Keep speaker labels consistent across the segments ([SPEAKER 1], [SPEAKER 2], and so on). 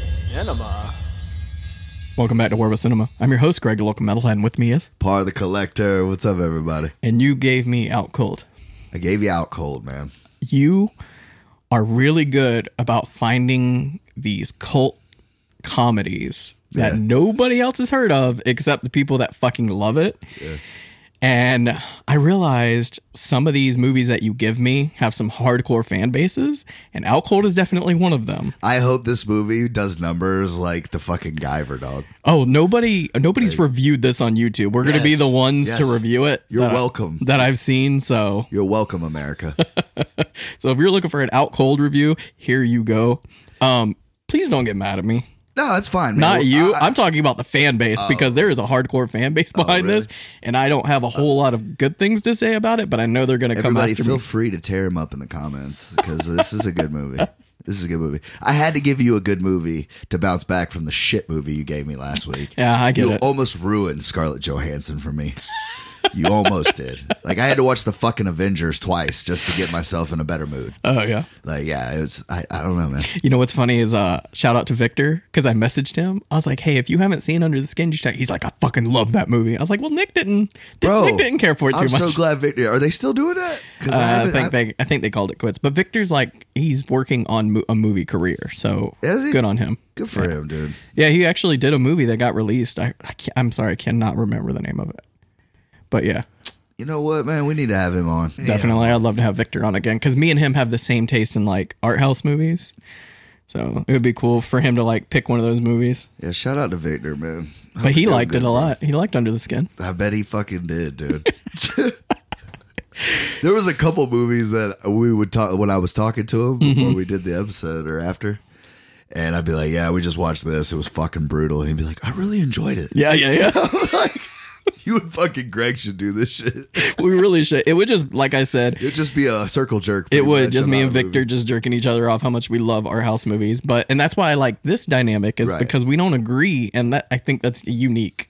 [SPEAKER 1] Cinema.
[SPEAKER 2] Welcome back to War with Cinema. I'm your host, Greg, the local metalhead, and with me is.
[SPEAKER 3] Par the collector. What's up, everybody?
[SPEAKER 2] And you gave me out cold.
[SPEAKER 3] I gave you out cold, man.
[SPEAKER 2] You are really good about finding these cult comedies that
[SPEAKER 3] Yeah.
[SPEAKER 2] nobody else has heard of except the people that fucking love it. And I realized some of these movies that you give me have some hardcore fan bases, and Out Cold is definitely one of them.
[SPEAKER 3] I hope this movie does numbers like the fucking Guyver dog.
[SPEAKER 2] Oh, nobody, nobody's reviewed this on YouTube. We're going to be
[SPEAKER 3] Yes,
[SPEAKER 2] the ones to
[SPEAKER 3] yes.
[SPEAKER 2] review it.
[SPEAKER 3] You're
[SPEAKER 2] that I-
[SPEAKER 3] welcome.
[SPEAKER 2] that I've seen. So,
[SPEAKER 3] You're welcome, America.
[SPEAKER 2] so if you're looking for an out cold review, here you go. Um, please don't get mad at me.
[SPEAKER 3] no, it's fine. Man.
[SPEAKER 2] Not you.
[SPEAKER 3] I- Oh.
[SPEAKER 2] I, am talking about the fan base because there is a hardcore fan base behind this, and I don't have a whole lot of good things to say about it. But I know they're going to come
[SPEAKER 3] everybody,
[SPEAKER 2] after
[SPEAKER 3] feel
[SPEAKER 2] me.
[SPEAKER 3] free to tear him up in the comments because this is a good movie. This is a good movie. I had to give you a good movie to bounce back from the shit movie you gave me last week.
[SPEAKER 2] Yeah, I get
[SPEAKER 3] you
[SPEAKER 2] it.
[SPEAKER 3] almost ruined Scarlett Johansson for me. You almost did. Like I had to watch the fucking Avengers twice just to get myself in a better mood.
[SPEAKER 2] Oh yeah.
[SPEAKER 3] Like yeah, it was. I, I don't know, man.
[SPEAKER 2] You know what's funny is uh shout out to Victor because I messaged him. I was like, hey, if you haven't seen Under the Skin, you should. He's like, I fucking love that movie. I was like, well, Nick didn't.
[SPEAKER 3] Bro,
[SPEAKER 2] Nick didn't care for it too
[SPEAKER 3] I'm
[SPEAKER 2] much.
[SPEAKER 3] so glad Victor. Are they still doing that? 'Cause
[SPEAKER 2] Uh, I
[SPEAKER 3] haven't-
[SPEAKER 2] think they, I think they called it quits. But Victor's like he's working on mo- a movie career, so
[SPEAKER 3] Is he?
[SPEAKER 2] good on him.
[SPEAKER 3] good for him, dude.
[SPEAKER 2] Yeah, he actually did a movie that got released. I, I can't, I'm sorry, I cannot remember the name of it. But yeah,
[SPEAKER 3] You know what, man? We need to have him on.
[SPEAKER 2] definitely, I'd love to have Victor on again because me and him have the same taste in like art house movies. So it would be cool for him to like pick one of those movies.
[SPEAKER 3] Yeah, shout out to Victor, man. Hope
[SPEAKER 2] But he
[SPEAKER 3] you're doing
[SPEAKER 2] liked
[SPEAKER 3] good,
[SPEAKER 2] it a
[SPEAKER 3] bro.
[SPEAKER 2] lot. He liked Under the Skin.
[SPEAKER 3] I bet he fucking did, dude. there was a couple movies that we would talk when I was talking to him before
[SPEAKER 2] Mm-hmm.
[SPEAKER 3] we did the episode or after. And I'd be like, "Yeah, we just watched this. It was fucking brutal." And he'd be like, "I really enjoyed it."
[SPEAKER 2] Yeah, yeah, yeah.
[SPEAKER 3] like, you and fucking Greg should do this shit.
[SPEAKER 2] we really should. It would just like I said,
[SPEAKER 3] It'd just be a circle jerk.
[SPEAKER 2] It
[SPEAKER 3] pretty
[SPEAKER 2] would
[SPEAKER 3] much
[SPEAKER 2] just me
[SPEAKER 3] about
[SPEAKER 2] and
[SPEAKER 3] a movie.
[SPEAKER 2] Victor just jerking each other off how much we love our house movies, but and that's why I like this dynamic is
[SPEAKER 3] Right.
[SPEAKER 2] because we don't agree, and that I think that's unique.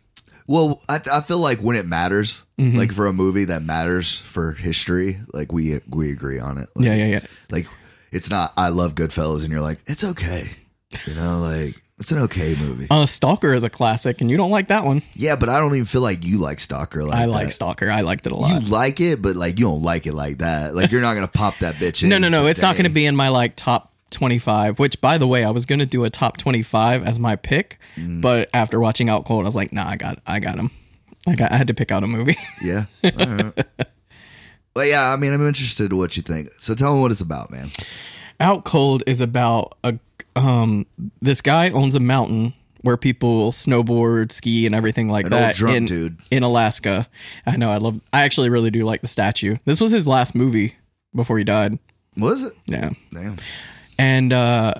[SPEAKER 3] Well, I, I feel like when it matters,
[SPEAKER 2] Mm-hmm.
[SPEAKER 3] like for a movie that matters for history, like we we agree on it. Like,
[SPEAKER 2] Yeah, yeah, yeah.
[SPEAKER 3] Like it's not I love Goodfellas, and you're like it's okay, you know, like it's an okay movie.
[SPEAKER 2] Uh, Stalker is a classic, and you don't like that one.
[SPEAKER 3] yeah, but I don't even feel like you like Stalker. Like
[SPEAKER 2] I like
[SPEAKER 3] that.
[SPEAKER 2] Stalker. I liked it a
[SPEAKER 3] You
[SPEAKER 2] lot.
[SPEAKER 3] like it, but like you don't like it like that. Like you're not gonna pop that bitch in.
[SPEAKER 2] no, no, no. It's not
[SPEAKER 3] today.
[SPEAKER 2] going to be in my like top twenty-five. Which, by the way, I was going to do a top twenty-five as my pick,
[SPEAKER 3] Mm.
[SPEAKER 2] but after watching Out Cold, I was like, nah, I got, I got him. Like I had to pick out a movie.
[SPEAKER 3] Yeah. All right. Well, yeah, I mean, I'm interested in what you think. So tell me what it's about, man.
[SPEAKER 2] Out Cold is about a um this guy owns a mountain where people snowboard, ski, and everything like
[SPEAKER 3] An old
[SPEAKER 2] that.
[SPEAKER 3] drunk
[SPEAKER 2] in,
[SPEAKER 3] dude.
[SPEAKER 2] in Alaska. I know. I love. I actually really do like the statue. This was his last movie before he died.
[SPEAKER 3] What is it?
[SPEAKER 2] Yeah,
[SPEAKER 3] Damn.
[SPEAKER 2] and uh,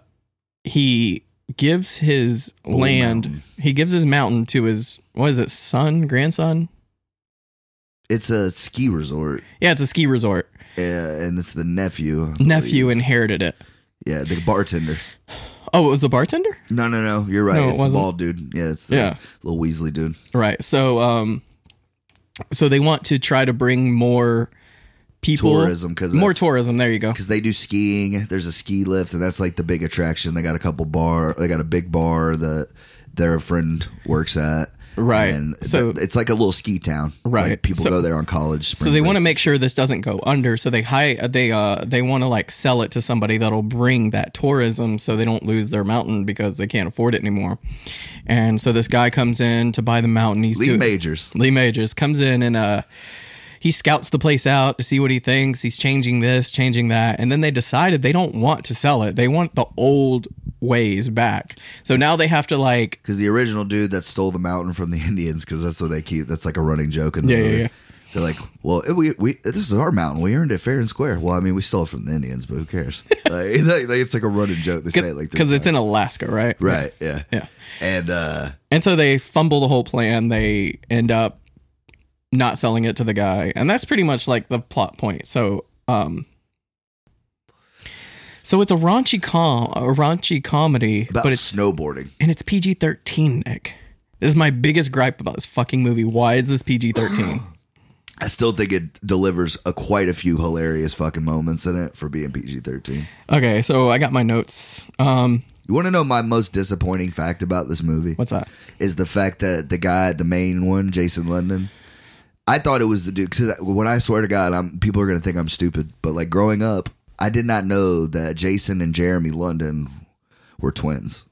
[SPEAKER 2] he gives his land.
[SPEAKER 3] Mountain.
[SPEAKER 2] He gives his mountain to his what is it? Son, grandson.
[SPEAKER 3] It's a ski resort,
[SPEAKER 2] Yeah, it's a ski resort.
[SPEAKER 3] uh, and it's the nephew. I believe.
[SPEAKER 2] Nephew inherited it.
[SPEAKER 3] Yeah, the bartender.
[SPEAKER 2] Oh, it was the bartender.
[SPEAKER 3] No, no, no. You're right.
[SPEAKER 2] No, it
[SPEAKER 3] it's the
[SPEAKER 2] wasn't.
[SPEAKER 3] bald dude. Yeah, it's the
[SPEAKER 2] Yeah.
[SPEAKER 3] little Weasley dude.
[SPEAKER 2] Right. So um so they want to try to bring more people
[SPEAKER 3] Tourism, 'cause
[SPEAKER 2] more
[SPEAKER 3] that's-
[SPEAKER 2] tourism, there you go.
[SPEAKER 3] Because they do skiing. There's a ski lift, and that's like the big attraction. They got a couple bar. They got a big bar that their friend works at.
[SPEAKER 2] Right.
[SPEAKER 3] And th-
[SPEAKER 2] So-
[SPEAKER 3] it's like a little ski town.
[SPEAKER 2] Right.
[SPEAKER 3] Like, people
[SPEAKER 2] So-
[SPEAKER 3] go there on college. Spring
[SPEAKER 2] So they want to
[SPEAKER 3] breaks.
[SPEAKER 2] make sure this doesn't go under. So they high they uh they want to like sell it to somebody that'll bring that tourism so they don't lose their mountain because they can't afford it anymore. And so this guy comes in to buy the mountain. He's
[SPEAKER 3] Lee
[SPEAKER 2] doing-
[SPEAKER 3] Majors.
[SPEAKER 2] Lee Majors comes in and uh he scouts the place out to see what he thinks. He's changing this, changing that, and then they decided they don't want to sell it. They want the old ways back. So now they have to like
[SPEAKER 3] Because the original dude that stole the mountain from the Indians, because that's what they keep. That's like a running joke in the
[SPEAKER 2] Yeah, yeah,
[SPEAKER 3] movie.
[SPEAKER 2] yeah.
[SPEAKER 3] They're like, well, it, we we this is our mountain. We earned it fair and square. Well, I mean, we stole it from the Indians, but who cares? like, like, it's like a running joke. They say it like
[SPEAKER 2] because
[SPEAKER 3] three
[SPEAKER 2] it's in Alaska, right?
[SPEAKER 3] Right. Yeah.
[SPEAKER 2] Yeah.
[SPEAKER 3] And uh
[SPEAKER 2] And so they fumble the whole plan. They end up not selling it to the guy, and that's pretty much like the plot point. So, um, so it's a raunchy com a raunchy comedy,
[SPEAKER 3] about
[SPEAKER 2] but it's
[SPEAKER 3] snowboarding.
[SPEAKER 2] and it's PG 13, Nick. This is my biggest gripe about this fucking movie. Why is this PG 13?
[SPEAKER 3] I still think it delivers a quite a few hilarious fucking moments in it for being PG thirteen.
[SPEAKER 2] okay, so I got my notes. Um,
[SPEAKER 3] You want to know my most disappointing fact about this movie?
[SPEAKER 2] What's that?
[SPEAKER 3] is the fact that the guy, the main one, Jason London, I thought it was the dude. Because when I swear to God, I'm people are gonna think I'm stupid. But like growing up, I did not know that Jason and Jeremy London were twins.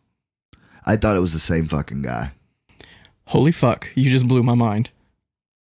[SPEAKER 3] I thought it was the same fucking guy.
[SPEAKER 2] Holy fuck! You just blew my mind.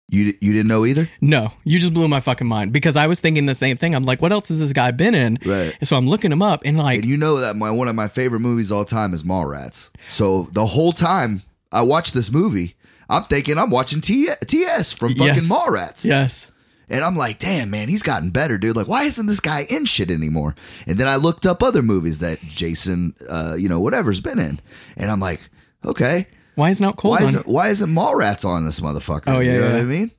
[SPEAKER 3] You you didn't know either,
[SPEAKER 2] No, you just blew my fucking mind because I was thinking the same thing. I'm like, what else has this guy been in?
[SPEAKER 3] right?
[SPEAKER 2] And so I'm looking him up and like,
[SPEAKER 3] And you know that my one of my favorite movies all time is Mallrats. So the whole time I watched this movie, I'm thinking I'm watching T- TS from fucking
[SPEAKER 2] Yes.
[SPEAKER 3] Mallrats.
[SPEAKER 2] yes,
[SPEAKER 3] And I'm like, damn, man, he's gotten better, dude. Like, why isn't this guy in shit anymore? And then I looked up other movies that Jason, uh, you know, whatever's been in, and I'm like, okay,
[SPEAKER 2] why isn't out cold?
[SPEAKER 3] why
[SPEAKER 2] on-
[SPEAKER 3] isn't why isn't Mallrats on this motherfucker?
[SPEAKER 2] Oh, yeah,
[SPEAKER 3] you know
[SPEAKER 2] yeah.
[SPEAKER 3] what I mean.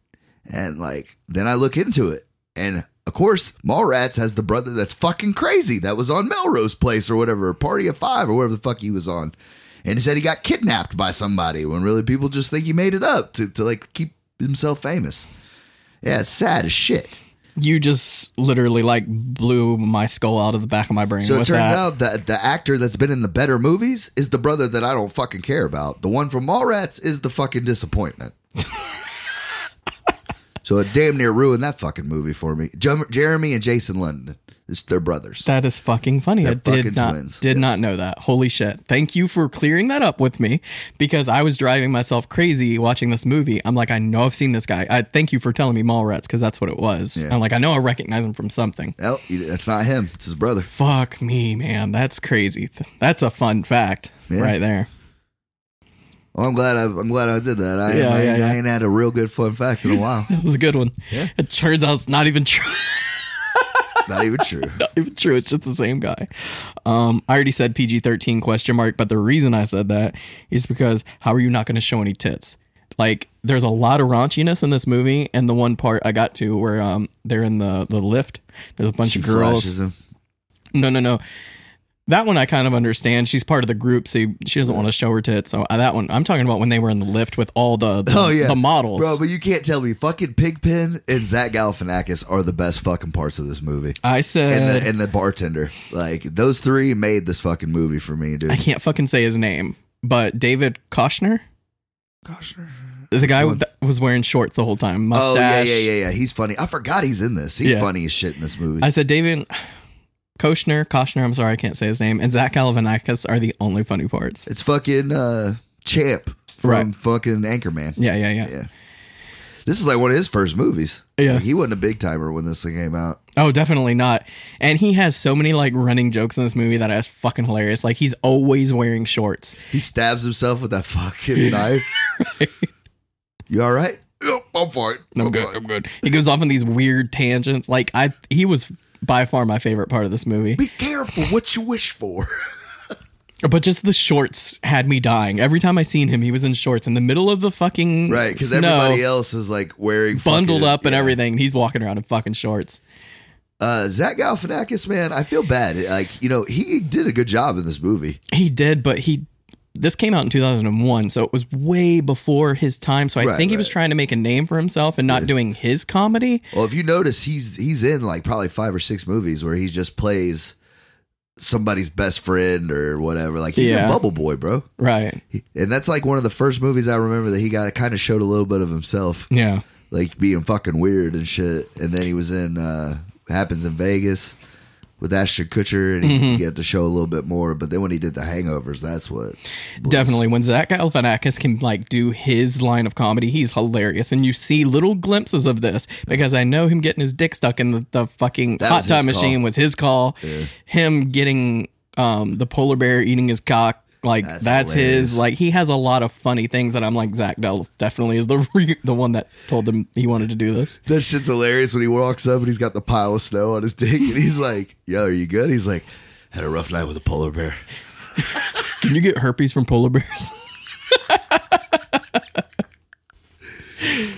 [SPEAKER 3] And like, then I look into it, and of course, Mallrats has the brother that's fucking crazy that was on Melrose Place or whatever, or Party of Five or whatever the fuck he was on, and he said he got kidnapped by somebody when really people just think he made it up to to like keep himself famous. Yeah, it's sad as shit.
[SPEAKER 2] You just literally like blew my skull out of the back of my brain.
[SPEAKER 3] So it
[SPEAKER 2] with
[SPEAKER 3] turns
[SPEAKER 2] that.
[SPEAKER 3] out that the actor that's been in the better movies is the brother that I don't fucking care about. The one from Mallrats is the fucking disappointment. so it damn near ruined that fucking movie for me. Jer- Jeremy and Jason London, it's their brothers.
[SPEAKER 2] That is fucking funny. I
[SPEAKER 3] They're
[SPEAKER 2] did
[SPEAKER 3] fucking
[SPEAKER 2] not
[SPEAKER 3] twins,
[SPEAKER 2] did
[SPEAKER 3] yes.
[SPEAKER 2] not know that. Holy shit! Thank you for clearing that up with me because I was driving myself crazy watching this movie. I'm like, I know I've seen this guy. I thank you for telling me Mallrats because that's what it was.
[SPEAKER 3] Yeah.
[SPEAKER 2] I'm like, I know I recognize him from something.
[SPEAKER 3] Oh, that's not him. It's his brother.
[SPEAKER 2] Fuck me, man. That's crazy. Th- That's a fun fact
[SPEAKER 3] Yeah.
[SPEAKER 2] right there.
[SPEAKER 3] Oh, I'm glad. I, I'm glad I did that. I,
[SPEAKER 2] Yeah,
[SPEAKER 3] I,
[SPEAKER 2] yeah, yeah.
[SPEAKER 3] I ain't had a real good fun fact in a while.
[SPEAKER 2] That was a good one.
[SPEAKER 3] Yeah.
[SPEAKER 2] It turns out it's not even true.
[SPEAKER 3] not even true.
[SPEAKER 2] not even true. It's just the same guy. Um, I already said PG thirteen question mark, but the reason I said that is because how are you not going to show any tits? Like, there's a lot of raunchiness in this movie, and the one part I got to where um they're in the the lift. There's a bunch
[SPEAKER 3] She
[SPEAKER 2] of girls.
[SPEAKER 3] flashes him.
[SPEAKER 2] No, no, no. That one I kind of understand. She's part of the group, so she doesn't want to show her tits. So uh, that one I'm talking about when they were in the lift with all the the,
[SPEAKER 3] Oh yeah,
[SPEAKER 2] the models.
[SPEAKER 3] bro. But you can't tell me fucking Pigpen and Zach Galifianakis are the best fucking parts of this movie.
[SPEAKER 2] I said
[SPEAKER 3] and the and the bartender. Like those three made this fucking movie for me,
[SPEAKER 2] I
[SPEAKER 3] dude.
[SPEAKER 2] can't fucking say his name, but David Koshner.
[SPEAKER 3] Gosh.
[SPEAKER 2] The guy
[SPEAKER 3] one?
[SPEAKER 2] that was wearing shorts the whole time. Mustache.
[SPEAKER 3] Oh yeah, yeah, yeah, yeah. He's funny. I forgot he's in this. He's
[SPEAKER 2] Yeah.
[SPEAKER 3] funny as shit in this movie.
[SPEAKER 2] I said David Koshner, Koshner, I'm sorry, I can't say his name, and Zach Galifianakis are the only funny parts.
[SPEAKER 3] it's fucking uh Champ from
[SPEAKER 2] Right.
[SPEAKER 3] fucking Anchorman.
[SPEAKER 2] Yeah, yeah, yeah.
[SPEAKER 3] Yeah. This is like one of his first movies.
[SPEAKER 2] Yeah.
[SPEAKER 3] Like, he wasn't a big timer when this thing came out.
[SPEAKER 2] Oh, definitely not. And he has so many like running jokes in this movie that are fucking hilarious. Like he's always wearing shorts.
[SPEAKER 3] He stabs himself with that fucking knife. You all right? Yep, I'm fine.
[SPEAKER 2] I'm good. I'm good. He goes off on these weird tangents. Like I he was by far my favorite part of this movie.
[SPEAKER 3] Be careful what you wish for.
[SPEAKER 2] But just the shorts had me dying. Every time I seen him, he was in shorts in the middle of the fucking
[SPEAKER 3] Right, because
[SPEAKER 2] snow,
[SPEAKER 3] everybody else is like wearing
[SPEAKER 2] bundled
[SPEAKER 3] fucking-
[SPEAKER 2] up and
[SPEAKER 3] yeah.
[SPEAKER 2] everything. and He's walking around in fucking shorts.
[SPEAKER 3] Uh, Zach Galifianakis, man, I feel bad. Like you know, he did a good job in this movie.
[SPEAKER 2] He did, but he this came out in 2001, so it was way before his time. So I
[SPEAKER 3] Right,
[SPEAKER 2] think he was
[SPEAKER 3] right.
[SPEAKER 2] trying to make a name for himself and not doing his comedy.
[SPEAKER 3] Well, if you notice, he's he's in like probably five or six movies where he just plays somebody's best friend or whatever. Like he's
[SPEAKER 2] Yeah.
[SPEAKER 3] a Bubble Boy, bro,
[SPEAKER 2] Right.
[SPEAKER 3] He- and that's like one of the first movies I remember that he got kind of showed a little bit of himself,
[SPEAKER 2] Yeah.
[SPEAKER 3] like being fucking weird and shit. And then he was in uh, Happens in Vegas with Ashton Kutcher, and he, he got to show a little bit more. But then when he did The Hangovers, that's what blew
[SPEAKER 2] Definitely. When Zach Galifianakis can like do his line of comedy, he's hilarious. And you see little glimpses of this because I know him getting his dick stuck in the, the fucking
[SPEAKER 3] That
[SPEAKER 2] hot
[SPEAKER 3] was
[SPEAKER 2] tub
[SPEAKER 3] his
[SPEAKER 2] machine
[SPEAKER 3] call.
[SPEAKER 2] was his call. Him getting um the polar bear eating his cock. Like that's,
[SPEAKER 3] That's
[SPEAKER 2] his.
[SPEAKER 3] hilarious.
[SPEAKER 2] Like he has a lot of funny things that I'm like Zach Del definitely is the re- the one that told him he wanted to do this.
[SPEAKER 3] That shit's hilarious when he walks up and he's got the pile of snow on his dick and he's like, Yo, are you good? He's like, Had a rough night with a polar bear.
[SPEAKER 2] Can you get herpes from polar bears?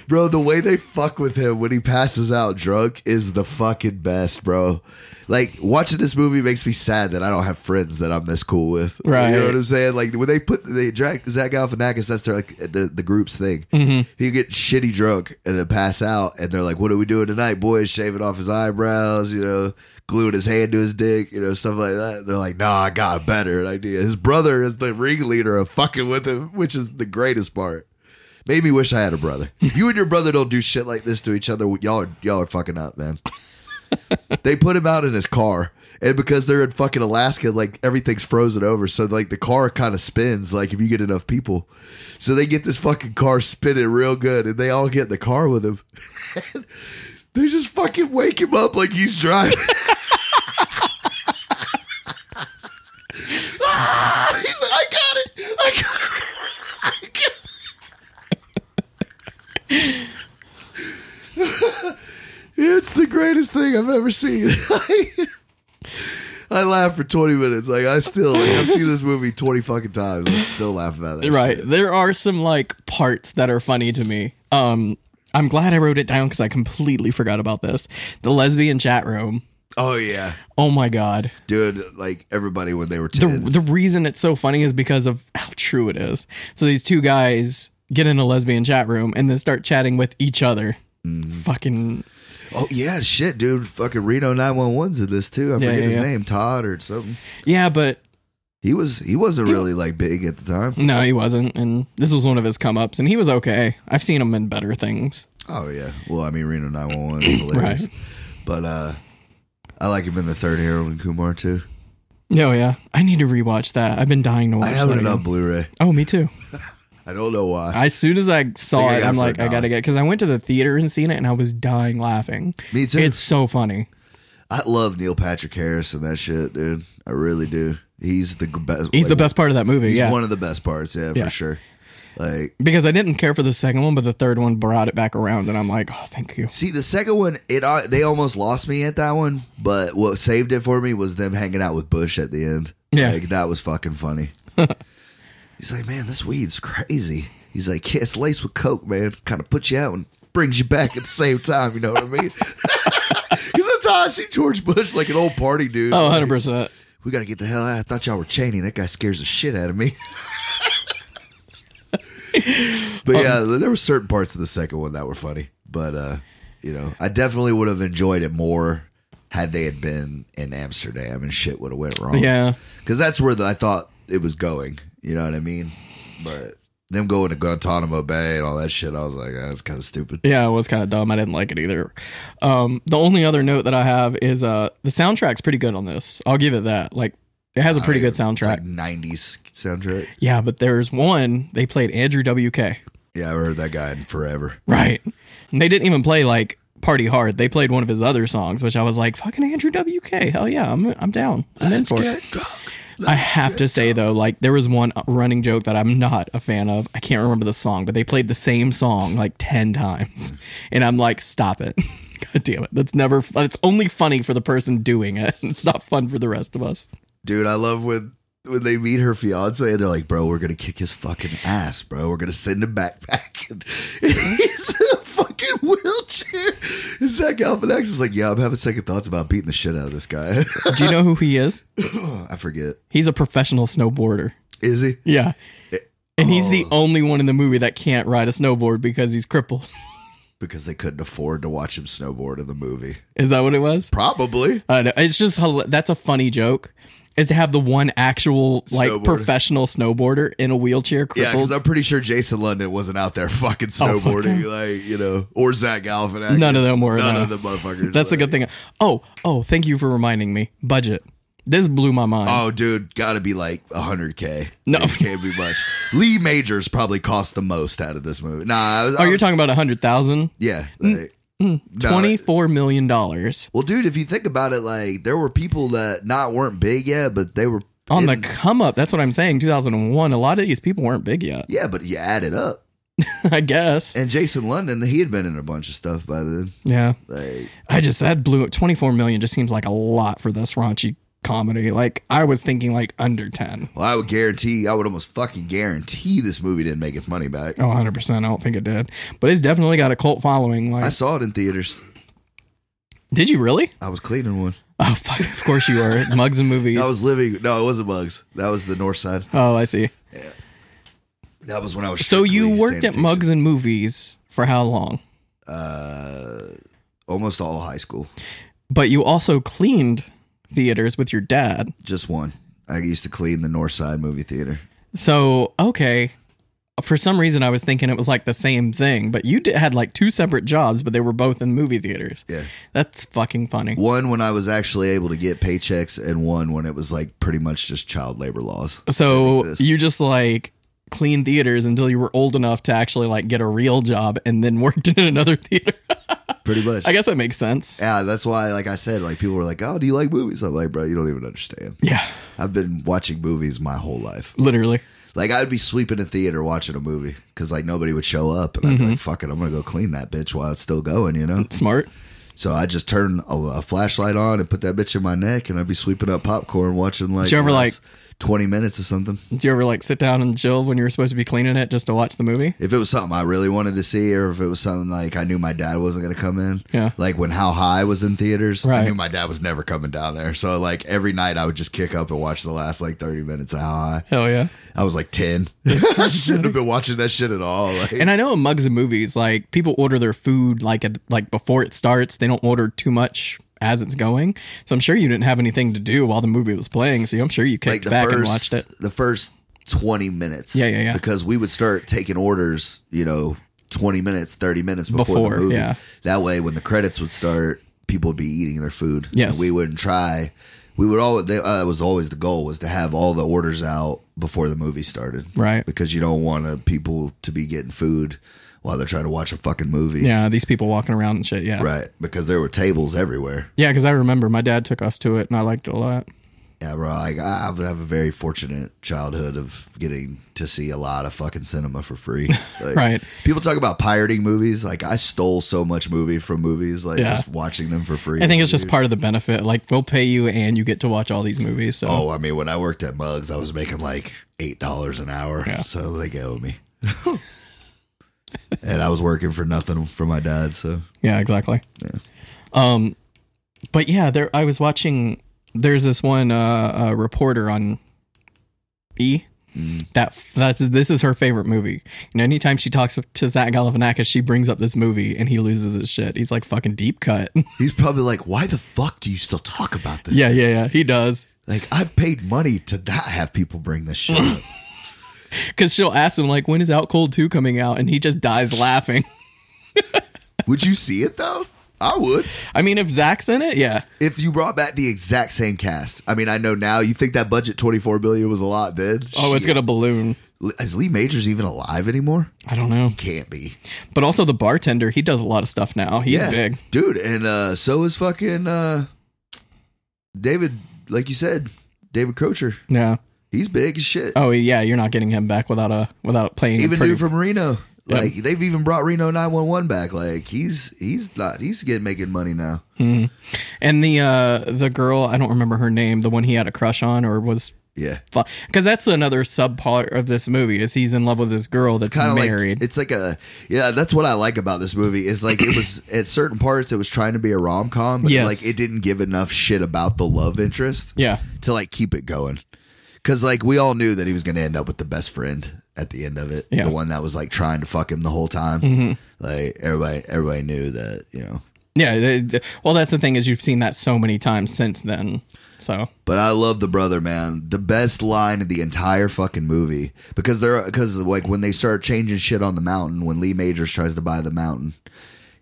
[SPEAKER 3] Bro, the way they fuck with him when he passes out drunk is the fucking best, bro. Like watching this movie makes me sad that I don't have friends that I'm this cool with.
[SPEAKER 2] Right.
[SPEAKER 3] You know what I'm saying? Like when they put the Zach Galifianakis, that's their like the, the group's thing. He get shitty drunk and then pass out, and they're like, "What are we doing tonight, boys? Shaving off his eyebrows, you know, gluing his hand to his dick, you know, stuff like that." they're like, "Nah, I got a better idea." His brother is the ringleader of fucking with him, which is the greatest part. Made me wish I had a brother. If you and your brother don't do shit like this to each other, y'all are y'all are fucking up, man. they put him out in his car, and because they're in fucking Alaska, like everything's frozen over, so like the car kind of spins, like if you get enough people. So they get this fucking car spinning real good, and they all get in the car with him. they just fucking wake him up like he's driving. Ah! he's like, I got it, I got it. I got it. It's the greatest thing I've ever seen. I laughed for 20 minutes. Like I still like I've seen this movie 20 fucking times. I still laugh about that.
[SPEAKER 2] Right.
[SPEAKER 3] shit.
[SPEAKER 2] There are some like parts that are funny to me. Um, I'm glad I wrote it down because I completely forgot about this. The lesbian chat room.
[SPEAKER 3] Oh yeah.
[SPEAKER 2] Oh my god.
[SPEAKER 3] Dude, like everybody when they were
[SPEAKER 2] The
[SPEAKER 3] 10.
[SPEAKER 2] the reason it's so funny is because of how true it is. So these two guys get in a lesbian chat room and then start chatting with each other.
[SPEAKER 3] Mm.
[SPEAKER 2] Fucking
[SPEAKER 3] oh yeah, shit, dude. Fucking Reno 911's in this too.
[SPEAKER 2] Yeah,
[SPEAKER 3] I forget
[SPEAKER 2] yeah,
[SPEAKER 3] his
[SPEAKER 2] yeah.
[SPEAKER 3] name, Todd or something.
[SPEAKER 2] yeah, but
[SPEAKER 3] He was he wasn't really like big at the time.
[SPEAKER 2] no, he wasn't. And this was one of his come ups, and he was okay. I've seen him in better things.
[SPEAKER 3] Oh yeah. Well, I mean Reno 911 is hilarious.
[SPEAKER 2] Right.
[SPEAKER 3] But uh I like him in the third Harold and Kumar too.
[SPEAKER 2] No, Oh, yeah, I need to rewatch that. I've been dying to watch.
[SPEAKER 3] I have
[SPEAKER 2] that
[SPEAKER 3] it on
[SPEAKER 2] again.
[SPEAKER 3] Blu-ray.
[SPEAKER 2] Oh, me too.
[SPEAKER 3] I don't know why.
[SPEAKER 2] As soon as I saw
[SPEAKER 3] I
[SPEAKER 2] it,
[SPEAKER 3] got it
[SPEAKER 2] I'm
[SPEAKER 3] for
[SPEAKER 2] like,
[SPEAKER 3] a
[SPEAKER 2] I
[SPEAKER 3] dollar.
[SPEAKER 2] gotta get because I went to the theater and seen it, and I was dying laughing.
[SPEAKER 3] Me too.
[SPEAKER 2] It's so funny.
[SPEAKER 3] I love Neil Patrick Harris and that shit, dude. I really do. He's the g- best.
[SPEAKER 2] He's
[SPEAKER 3] like,
[SPEAKER 2] the best part of that movie,
[SPEAKER 3] He's
[SPEAKER 2] yeah.
[SPEAKER 3] one of the best parts. Yeah,
[SPEAKER 2] Yeah.
[SPEAKER 3] for sure. Like,
[SPEAKER 2] because I didn't care for the second one, but the third one brought it back around, and I'm like, oh, thank you.
[SPEAKER 3] see, the second one, it uh, they almost lost me at that one, but what saved it for me was them hanging out with Bush at the end.
[SPEAKER 2] Yeah.
[SPEAKER 3] like that was fucking funny. He's like, man, this weed's crazy. He's like, yeah, it's laced with coke, man. Kind of puts you out and brings you back at the same time. You know what I mean? Because that's how I see George Bush, like an old party dude.
[SPEAKER 2] Oh, 100 percent.
[SPEAKER 3] we got to get the hell out. I thought y'all were Cheney. That guy scares the shit out of me. but yeah, there were certain parts of the second one that were funny. But uh, you know, I definitely would have enjoyed it more had they had been in Amsterdam and shit would have went wrong.
[SPEAKER 2] Yeah,
[SPEAKER 3] because that's where the, I thought it was going. You know what I mean? But them going to Guantanamo Bay and all that shit, I was like, ah, that's kind of stupid.
[SPEAKER 2] yeah, it was kind of dumb. I didn't like it either. Um, the only other note that I have is uh, the soundtrack's pretty good on this. I'll give it that. Like, it has a pretty good
[SPEAKER 3] It's like
[SPEAKER 2] soundtrack.
[SPEAKER 3] '90s soundtrack.
[SPEAKER 2] Yeah, but there's one they played Andrew WK.
[SPEAKER 3] Yeah, I've heard that guy in forever.
[SPEAKER 2] Right. And they didn't even play like Party Hard. They played one of his other songs, which I was like, fucking Andrew WK. Hell yeah, I'm I'm down. I'm in for it.
[SPEAKER 3] Get drunk.
[SPEAKER 2] I have to say though, like there was one running joke that I'm not a fan of. I can't remember the song, but they played the same song like 10 times. And I'm like, stop it. God damn it. That's never that's only funny for the person doing it. It's not fun for the rest of us.
[SPEAKER 3] Dude, I love when when they meet her fiance and they're like, "Bro, we're gonna kick his fucking ass, bro. We're gonna send him back back." And he's in a fucking wheelchair. And Zach Galifianakis is like, "Yeah, I'm having second thoughts about beating the shit out of this guy."
[SPEAKER 2] Do you know who he is?
[SPEAKER 3] I forget.
[SPEAKER 2] He's a professional snowboarder.
[SPEAKER 3] Is he?
[SPEAKER 2] Yeah. And he's the only one in the movie that can't ride a snowboard because he's crippled.
[SPEAKER 3] Because they couldn't afford to watch him snowboard in the movie.
[SPEAKER 2] Is that what it was?
[SPEAKER 3] Probably.
[SPEAKER 2] I know. It's just hila- that's a funny joke. Is to have the one actual like
[SPEAKER 3] Snowboarder.
[SPEAKER 2] professional snowboarder in a wheelchair
[SPEAKER 3] Yeah, because
[SPEAKER 2] crippled.
[SPEAKER 3] I'm pretty sure Jason London wasn't out there fucking
[SPEAKER 2] Oh, fuck
[SPEAKER 3] snowboarding, like you know, or Zach Galifianakis.
[SPEAKER 2] None of them were,
[SPEAKER 3] None
[SPEAKER 2] no.
[SPEAKER 3] of the motherfuckers.
[SPEAKER 2] that's the
[SPEAKER 3] like-
[SPEAKER 2] good thing. Oh, oh, thank you for reminding me. Budget. This blew my mind.
[SPEAKER 3] Oh, dude, gotta be like 100K.
[SPEAKER 2] No.
[SPEAKER 3] It can't be much. Lee Majors probably cost the most out of this movie. Nah, I was,
[SPEAKER 2] oh,
[SPEAKER 3] I
[SPEAKER 2] you're Mm,
[SPEAKER 3] was-
[SPEAKER 2] talking about a hundred thousand.
[SPEAKER 3] Yeah. Like, no.
[SPEAKER 2] Twenty-four million dollars
[SPEAKER 3] Well, dude, if you think about it, like, there were people that not weren't big yet, but they were.
[SPEAKER 2] on the
[SPEAKER 3] in-
[SPEAKER 2] come up. That's what I'm saying. 2001. A lot of these people weren't big yet.
[SPEAKER 3] Yeah, but you add it up.
[SPEAKER 2] I guess.
[SPEAKER 3] And Jason London, he had been in a bunch of stuff by then.
[SPEAKER 2] Yeah.
[SPEAKER 3] Like,
[SPEAKER 2] I just that blew it. 24 million just seems like a lot for this raunchy comedy. Like I was thinking like under 10.
[SPEAKER 3] Well, I would guarantee, I would almost fucking guarantee this movie didn't make its money back.
[SPEAKER 2] Oh, 100%. I don't think it did. But it's definitely got a cult following. Like
[SPEAKER 3] I saw it in theaters.
[SPEAKER 2] Did you really?
[SPEAKER 3] I was cleaning one.
[SPEAKER 2] Oh, fuck. Of course you were. Mugs and movies.
[SPEAKER 3] I was living. No, it wasn't Mugs. That was the North Side.
[SPEAKER 2] oh, I see.
[SPEAKER 3] That was when I was.
[SPEAKER 2] So you
[SPEAKER 3] strictly
[SPEAKER 2] worked at
[SPEAKER 3] sanitation.
[SPEAKER 2] Mugs and Movies for how long?
[SPEAKER 3] Uh, almost all high school.
[SPEAKER 2] But you also cleaned theaters with your dad.
[SPEAKER 3] Just one. I used to clean the North Side movie theater.
[SPEAKER 2] So, okay. For some reason, I was thinking it was like the same thing, but you did, had like two separate jobs, but they were both in movie theaters.
[SPEAKER 3] Yeah.
[SPEAKER 2] That's fucking funny.
[SPEAKER 3] One when I was actually able to get paychecks, and one when it was like pretty much just child labor laws. That
[SPEAKER 2] So
[SPEAKER 3] exists.
[SPEAKER 2] you just like cleaned theaters until you were old enough to actually like get a real job and then worked in another theater.
[SPEAKER 3] Pretty much.
[SPEAKER 2] I guess that makes sense.
[SPEAKER 3] yeah, that's why, like I said, like people were like, "Oh, do you like movies?" I'm like, "Bro, you don't even understand.
[SPEAKER 2] Yeah,
[SPEAKER 3] I've been watching movies my whole life.
[SPEAKER 2] literally.
[SPEAKER 3] Like I'd be sleeping in theater watching a movie because like nobody would show up, and I'd be like, "Fuck it, I'm gonna go clean that bitch while it's still going," you know.
[SPEAKER 2] Smart.
[SPEAKER 3] So I just turn a, a flashlight on and put that bitch in my neck, and I'd be sweeping up popcorn, watching like
[SPEAKER 2] Did you ever,
[SPEAKER 3] the
[SPEAKER 2] like-
[SPEAKER 3] last twenty minutes or something.
[SPEAKER 2] Did you ever like sit down and chill when you were supposed to be cleaning it just to watch the movie?
[SPEAKER 3] If it was something I really wanted to see, or if it was something like I knew my dad wasn't gonna come in,
[SPEAKER 2] Yeah.
[SPEAKER 3] Like when How High was in theaters, I
[SPEAKER 2] Right.
[SPEAKER 3] knew my dad was never coming down there. So like every night I would just kick up and watch the last like thirty minutes of How High.
[SPEAKER 2] Hell yeah.
[SPEAKER 3] I was like ten. I shouldn't have been watching that shit at all. Like,
[SPEAKER 2] And I know in mugs and movies, like people order their food like at, like before it starts. They don't order too much as it's going. So I'm sure you didn't have anything to do while the movie was playing. So I'm sure you kicked back and watched it.
[SPEAKER 3] The first 20 minutes.
[SPEAKER 2] Yeah, yeah, yeah.
[SPEAKER 3] Because we would start taking orders, you know, 20 minutes, 30 minutes before,
[SPEAKER 2] Before,
[SPEAKER 3] the movie.
[SPEAKER 2] yeah.
[SPEAKER 3] That way, when the credits would start, people would be eating their food.
[SPEAKER 2] Yes.
[SPEAKER 3] And we wouldn't try. We would always, they, uh, it was always the goal was to have all the orders out before the movie started.
[SPEAKER 2] Right.
[SPEAKER 3] Because you don't want uh, people to be getting food while they're trying to watch a fucking movie.
[SPEAKER 2] Yeah, these people walking around and shit. Yeah.
[SPEAKER 3] Right. Because there were tables everywhere.
[SPEAKER 2] Yeah, because I remember my dad took us to it and I liked it a lot.
[SPEAKER 3] Yeah, bro. Like I I have a very fortunate childhood of getting to see a lot of fucking cinema for free. Like,
[SPEAKER 2] Right.
[SPEAKER 3] People talk about pirating movies. Like I stole so much movie from movies. Like
[SPEAKER 2] Yeah.
[SPEAKER 3] just watching them for free.
[SPEAKER 2] I think it's just part of the benefit. Like they'll pay you and you get to watch all these movies. So
[SPEAKER 3] Oh, I mean, when I worked at Mugs, I was making like eight dollars an hour, so they owe me. and I was working for nothing for my dad, so
[SPEAKER 2] Yeah, exactly. Um, but yeah, there. I was watching. There's this one uh, uh, reporter on E. That that's this is her favorite movie. And anytime she talks to Zach Galifianakis, she brings up this movie, and he loses his shit. He's like fucking deep cut.
[SPEAKER 3] he's probably like, "Why the fuck do you still talk about this?
[SPEAKER 2] yeah, yeah, yeah. He does
[SPEAKER 3] Like I've paid money to not have people bring this shit up."
[SPEAKER 2] because she'll ask him like, "When is Out Cold Two coming out?" And he just dies laughing.
[SPEAKER 3] would you see it though? I would.
[SPEAKER 2] I mean, if Zach's in it, yeah,
[SPEAKER 3] if you brought back the exact same cast, I mean, I know now you think that budget twenty four billion was a lot then.
[SPEAKER 2] oh, it's gonna balloon.
[SPEAKER 3] gonna. Is Lee Majors even alive anymore?
[SPEAKER 2] I don't know.
[SPEAKER 3] Can't be.
[SPEAKER 2] But also the bartender, he does a lot of stuff now. He's big.
[SPEAKER 3] dude, and uh, so is fucking uh, David. Like you said, David Crocher.
[SPEAKER 2] Yeah.
[SPEAKER 3] He's big as shit.
[SPEAKER 2] Oh yeah, you're not getting him back without a without playing.
[SPEAKER 3] even
[SPEAKER 2] a pretty,
[SPEAKER 3] dude from Reno.
[SPEAKER 2] Yeah.
[SPEAKER 3] Like they've even brought Reno nine one one back. Like he's he's not he's getting making money now.
[SPEAKER 2] and the uh the girl I don't remember her name, the one he had a crush on or was
[SPEAKER 3] Yeah,
[SPEAKER 2] because that's another subpart of this movie is he's in love with this girl that's
[SPEAKER 3] kind of
[SPEAKER 2] married.
[SPEAKER 3] like it's like a yeah that's what i like about this movie is like it was at certain parts it was trying to be a rom-com but
[SPEAKER 2] Yes.
[SPEAKER 3] like it didn't give enough shit about the love interest
[SPEAKER 2] yeah,
[SPEAKER 3] to like keep it going because like we all knew that he was going to end up with the best friend at the end of it
[SPEAKER 2] Yeah. Mm-hmm.
[SPEAKER 3] the one that was like trying to fuck him the whole time like everybody everybody knew that you know
[SPEAKER 2] yeah. they- they- well, that's the thing is you've seen that so many times since then. So
[SPEAKER 3] But I love the brother, man. The best line in the entire fucking movie because they're because like when they start changing shit on the mountain, when Lee Majors tries to buy the mountain,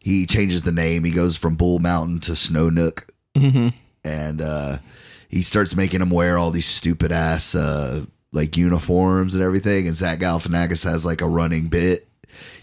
[SPEAKER 3] he changes the name. He goes from Bull Mountain to Snow Nook, mm-hmm. and uh, he starts making him wear all these stupid ass uh, like uniforms and everything. And Zach Galifianakis has like a running bit.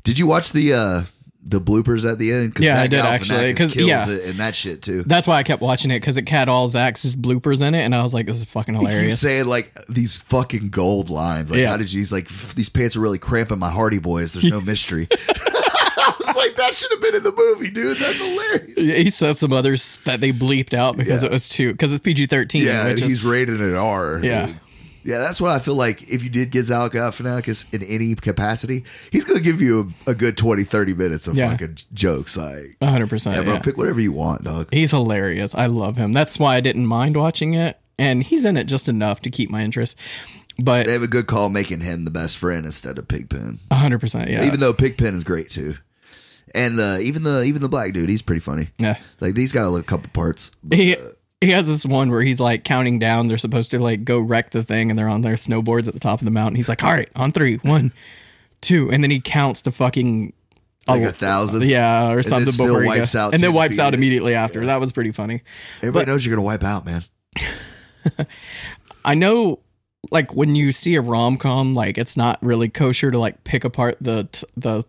[SPEAKER 3] Did you watch the uh, the bloopers at the end? 'Cause
[SPEAKER 2] Yeah, I
[SPEAKER 3] Zach
[SPEAKER 2] did, actually,
[SPEAKER 3] Galifianakis
[SPEAKER 2] 'cause-
[SPEAKER 3] kills
[SPEAKER 2] yeah.
[SPEAKER 3] it and that shit too.
[SPEAKER 2] that's why I kept watching it because it had all Zach's bloopers in it, and I was like, this is fucking
[SPEAKER 3] He keeps
[SPEAKER 2] hilarious.
[SPEAKER 3] saying like these fucking gold lines. Like,
[SPEAKER 2] Yeah.
[SPEAKER 3] how did you? He's like, "F- these pants are really cramping my Hardy Boys. There's no mystery. I was like, that should have been in the movie, dude. That's hilarious.
[SPEAKER 2] He said some others that they bleeped out because
[SPEAKER 3] Yeah.
[SPEAKER 2] it was too because it's PG thirteen.
[SPEAKER 3] Yeah, and
[SPEAKER 2] which
[SPEAKER 3] he's
[SPEAKER 2] is,
[SPEAKER 3] rated an R.
[SPEAKER 2] yeah,
[SPEAKER 3] Yeah, that's what I feel like. If you did get Zalka Galifianakis in any capacity, he's going to give you a, a good 20, 30 minutes of
[SPEAKER 2] Yeah.
[SPEAKER 3] fucking jokes. Like,
[SPEAKER 2] one hundred
[SPEAKER 3] yeah,
[SPEAKER 2] percent.
[SPEAKER 3] bro,
[SPEAKER 2] yeah.
[SPEAKER 3] pick whatever you want, dog.
[SPEAKER 2] He's hilarious. I love him. That's why I didn't mind watching it, and he's in it just enough to keep my interest. But
[SPEAKER 3] They have a good call making him the best friend instead of Pigpen.
[SPEAKER 2] one hundred percent, yeah,
[SPEAKER 3] Even though Pigpen is great too, and uh, even the even the black dude, he's pretty funny.
[SPEAKER 2] yeah.
[SPEAKER 3] Like these got a little couple parts. But,
[SPEAKER 2] He he has this one where he's like counting down. They're supposed to like go wreck the thing, and they're on their snowboards at the top of the mountain. He's like, "All right, on three, one, two, and then he counts to fucking
[SPEAKER 3] like a thousand.
[SPEAKER 2] Oh, yeah or something
[SPEAKER 3] still
[SPEAKER 2] before he
[SPEAKER 3] wipes
[SPEAKER 2] goes-
[SPEAKER 3] out
[SPEAKER 2] and
[SPEAKER 3] to
[SPEAKER 2] then wipes
[SPEAKER 3] defeat
[SPEAKER 2] out
[SPEAKER 3] it.
[SPEAKER 2] immediately after. That was pretty funny.
[SPEAKER 3] Everybody
[SPEAKER 2] but-
[SPEAKER 3] knows you're gonna wipe out, man.
[SPEAKER 2] I know like when you see a rom com, like it's not really kosher to like pick apart the t- the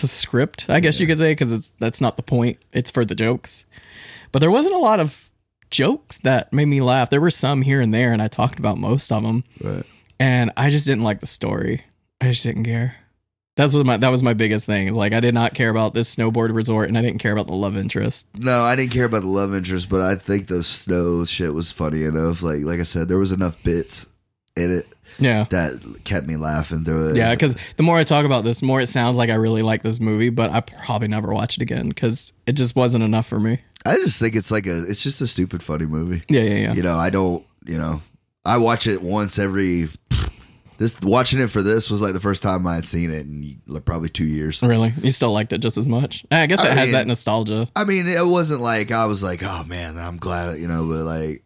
[SPEAKER 2] the script. I guess you could say because it's that's not the point. It's for the jokes. But there wasn't a lot of jokes that made me laugh. There were some here and there, and I talked about most of them.
[SPEAKER 3] Right.
[SPEAKER 2] And I just didn't like the story. I just didn't care. That's what my that was my biggest thing. Is like I did not care about this snowboard resort, and I didn't care about the love interest.
[SPEAKER 3] No, I didn't care about the love interest, but I think the snow shit was funny enough. Like like I said, there was enough bits in it
[SPEAKER 2] Yeah.
[SPEAKER 3] that kept me laughing through it.
[SPEAKER 2] Yeah, because the more I talk about this, the more it sounds like I really like this movie, but I probably never watch it again because it just wasn't enough for me.
[SPEAKER 3] I just think it's like a it's just a stupid funny movie.
[SPEAKER 2] Yeah, yeah, yeah.
[SPEAKER 3] You know, I don't. You know, I watch it once every. This watching it for this was like the first time I had seen it in like, probably two years.
[SPEAKER 2] Really? You still liked it just as much? I guess it
[SPEAKER 3] I
[SPEAKER 2] has
[SPEAKER 3] mean-
[SPEAKER 2] that nostalgia.
[SPEAKER 3] I mean, it wasn't like I was like, oh man, I'm glad, you know, but like,